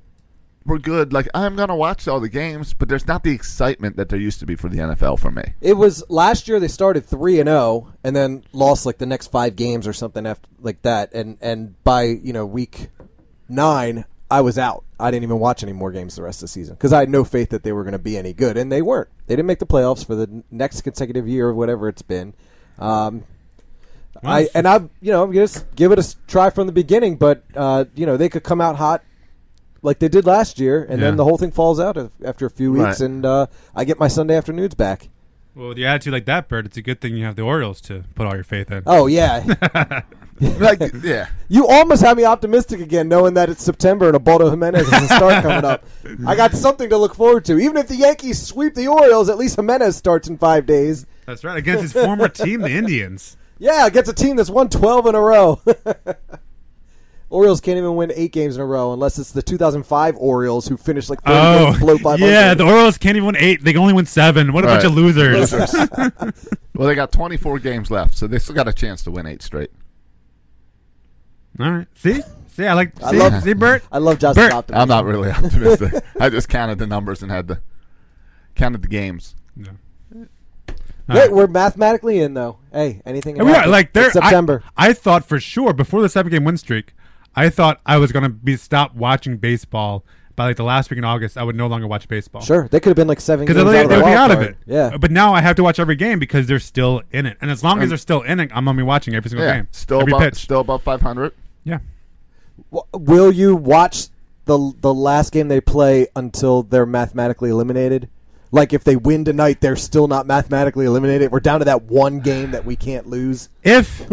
S1: were good. Like I'm going to watch all the games, but there's not the excitement that there used to be for the NFL for me.
S5: It was last year they started three and zero, and then lost like the next five games or something after like that. And and by you know week nine, I was out. I didn't even watch any more games the rest of the season because I had no faith that they were going to be any good, and they weren't. They didn't make the playoffs for the n- next consecutive year or whatever it's been. Um, I and I you know just give it a s- try from the beginning, but uh, you know they could come out hot like they did last year, and
S3: Yeah.
S5: then the whole thing falls out af- after a few weeks,
S1: Right.
S5: and uh, I get my Sunday afternoons back.
S3: Well, with your attitude like that, Bird, it's a good thing you have the Orioles to put all your faith in.
S5: Oh yeah,
S1: Like yeah,
S5: You almost had me optimistic again, knowing that it's September and Abaldo Jimenez is a start coming up. I got something to look forward to. Even if the Yankees sweep the Orioles, at least Jimenez starts in five days.
S3: That's right, against his former team, the Indians.
S5: Yeah, against a team that's won 12 in a row. Orioles can't even win eight games in a row unless it's the 2005 Orioles who finished like 30 games below 500.
S3: Oh, yeah, the Orioles can't even win eight; they can only win seven. What a bunch
S1: Right.
S3: of losers!
S1: well they got 24 games left, so they still got a chance to win eight straight.
S3: all right, see, see, I like, see,
S5: I love-
S3: see, Bert.
S5: I love Justin's
S3: Bert,
S5: optimism.
S1: I'm not really optimistic. I just counted the numbers and had the counted the games.
S3: Yeah.
S5: Wait, we're mathematically in, though. Hey, anything
S3: And we
S5: about
S3: are
S5: it.
S3: like there.
S5: It's September.
S3: I, I thought for sure before the seven game win streak, I thought I was gonna be stopped watching baseball by like the last week in August. I would no longer watch baseball.
S5: sure, they could have been like seven games
S3: Because
S5: out
S3: they,
S5: of
S3: they
S5: the
S3: would be out
S5: wild
S3: of
S5: card.
S3: it.
S5: Yeah.
S3: But now I have to watch every game because they're still in it. And as long as they're still in it, I'm gonna be watching every single
S1: Yeah,
S3: game.
S1: still
S3: every
S1: above
S3: pitch.
S1: still above 500.
S3: yeah.
S5: W- Will you watch the the last game they play until they're mathematically eliminated? Like if they win tonight, they're still not mathematically eliminated. We're down to that one game that we can't lose.
S3: If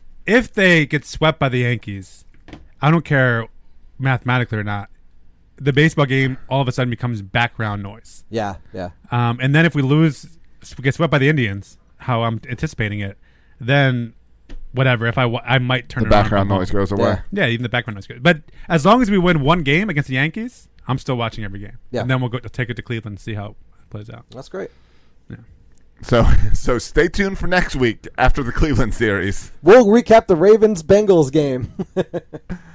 S3: if they get swept by the Yankees, I don't care mathematically or not. The baseball game all of a sudden becomes background noise.
S5: Yeah, yeah.
S3: Um, and then if we lose, we get swept by the Indians, how I'm anticipating it, then whatever. If I, wa- I might turn
S1: The
S3: it around.
S1: background noise goes away.
S3: Mm-hmm. Yeah, even the background noise. Good. But as long as we win one game against the Yankees, I'm still watching every game.
S5: Yeah.
S3: And then we'll go to take it to Cleveland and see how it plays out.
S5: That's great.
S1: So so stay tuned for next week after the Cleveland series.
S5: We'll recap the Ravens Bengals game.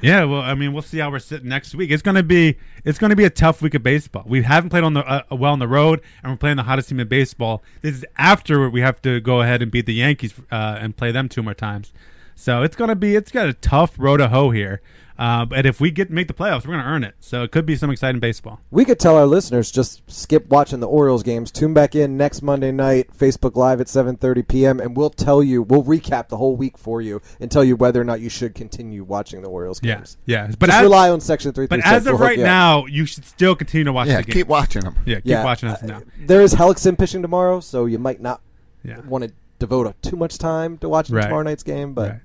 S3: Yeah, well, I mean, we'll see how we're sitting next week. It's gonna be it's gonna be a tough week of baseball. We haven't played on the uh, well on the road, and we're playing the hottest team in baseball. This is after we have to go ahead and beat the Yankees uh, and play them two more times. So it's gonna be it's got a tough road to hoe here. Uh, but if we get make the playoffs, we're gonna earn it. So it could be some exciting baseball.
S5: we could tell our listeners just skip watching the Orioles games. Tune back in next Monday night, Facebook Live at 7:30 p.m. and we'll tell you, we'll recap the whole week for you and tell you whether or not you should continue watching the Orioles
S3: Yeah,
S5: games.
S3: yeah. But
S5: Just
S3: as,
S5: rely on section 3
S3: but as of right now, you should still continue to watch
S1: Yeah,
S3: the game.
S1: keep Uh, watching them.
S3: yeah, keep
S5: Yeah,
S3: watching us now.
S5: There is Helixin pitching tomorrow, so you might not
S3: Yeah.
S5: want to devote a, too much time to watching
S3: Right.
S5: tomorrow night's game, but
S3: Right.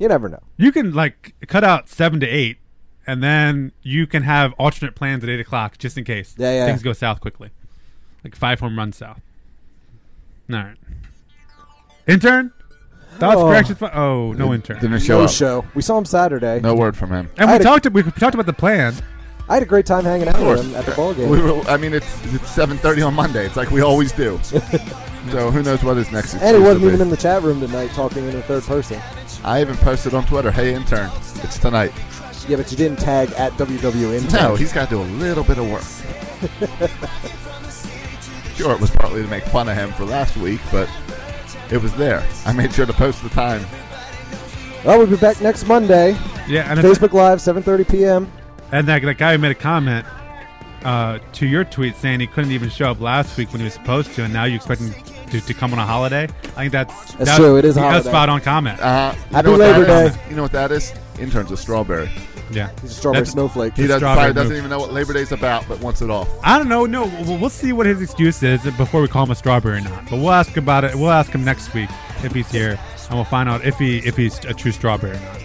S5: you never know.
S3: You can like cut out seven to eight, and then you can have alternate plans at eight o'clock just in case
S5: Yeah, yeah.
S3: things go south quickly, like five home runs south. All right, intern. Thoughts,
S5: Oh.
S3: corrections. fi- Oh, no intern.
S1: Didn't show
S5: no
S1: up.
S5: show. We saw him Saturday.
S1: No word from him.
S3: And we
S5: I had a-
S3: talked. we, we talked about the plan.
S5: I had a great time hanging out
S1: Of
S5: with
S1: course.
S5: him at the ball game.
S1: We were, I mean, it's it's 7:30 on Monday. It's like we always do. so who knows what is next?
S5: and he wasn't even in the chat room tonight talking in the third person.
S1: I even posted on Twitter, "Hey intern, it's tonight."
S5: Yeah, but you didn't tag at WWN.
S1: No, he's got to do a little bit of work. sure, it was partly to make fun of him for last week, but it was there. I made sure to post the time.
S5: Well, we'll be back next Monday.
S3: Yeah, and it's,
S5: Facebook Live, 7.30 p.m.
S3: and that, that guy who made a comment uh, to your tweet saying he couldn't even show up last week when he was supposed to, and now you expect him to, to come on a holiday. I think that's that's,
S5: true, it is a
S3: that's
S5: holiday.
S3: spot on comment.
S1: Uh, you
S5: Happy
S1: know what that
S5: Labor
S1: is?
S5: Day.
S1: You know what that is? Intern's a strawberry.
S3: yeah,
S5: He's a strawberry
S3: That's-
S5: snowflake.
S1: He
S3: It's a
S1: doesn't,
S3: strawberry
S1: probably doesn't
S3: move.
S1: even know what Labor Day's about, but wants it off.
S3: I don't know. No, we'll, we'll see what his excuse is before we call him a strawberry or not. But we'll ask about it. We'll ask him next week if he's here, and we'll find out if he if he's a true strawberry or not.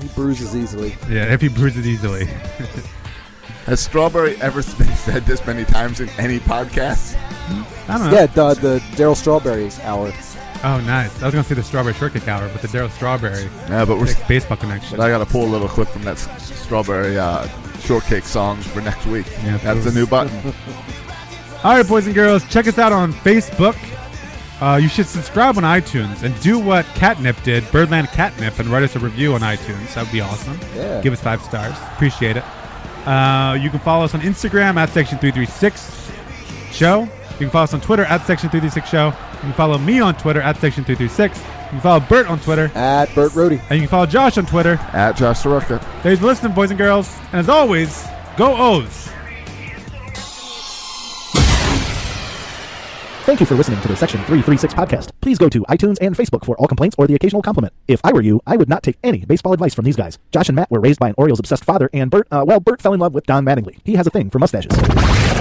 S5: He bruises easily.
S3: Yeah, if he bruises easily.
S1: Has strawberry ever been said this many times in any podcast?
S3: I don't know.
S5: Yeah, the, the Daryl Strawberry hour.
S3: Oh, nice. I was gonna say the strawberry shortcake hour, but the Daryl Strawberry
S1: Yeah, but we're.
S3: like, baseball connection.
S1: But I got to pull a little clip from that s- strawberry uh, shortcake song for next week.
S3: Yeah,
S1: That's the
S3: please.
S1: new button.
S3: All right, boys and girls, check us out on Facebook. Uh, you should subscribe on iTunes and do what Catnip did, Birdland Catnip, and write us a review on iTunes. That would be awesome.
S5: Yeah.
S3: Give us five stars. Appreciate it. Uh, you can follow us on Instagram at Section336 Show. You can follow us on Twitter at Section336 Show. You can follow me on Twitter at Section336. You can follow Bert on Twitter.
S5: At Bert Rohde.
S3: And you can follow Josh on Twitter.
S1: At Josh Soroka.
S3: Thanks for listening, boys and girls. And as always, go O's.
S7: Thank you for listening to the Section 336 podcast. Please go to iTunes and Facebook for all complaints or the occasional compliment. If I were you, I would not take any baseball advice from these guys. Josh and Matt were raised by an Orioles obsessed father, and Bert, uh, well, Bert fell in love with Don Mattingly. He has a thing for mustaches.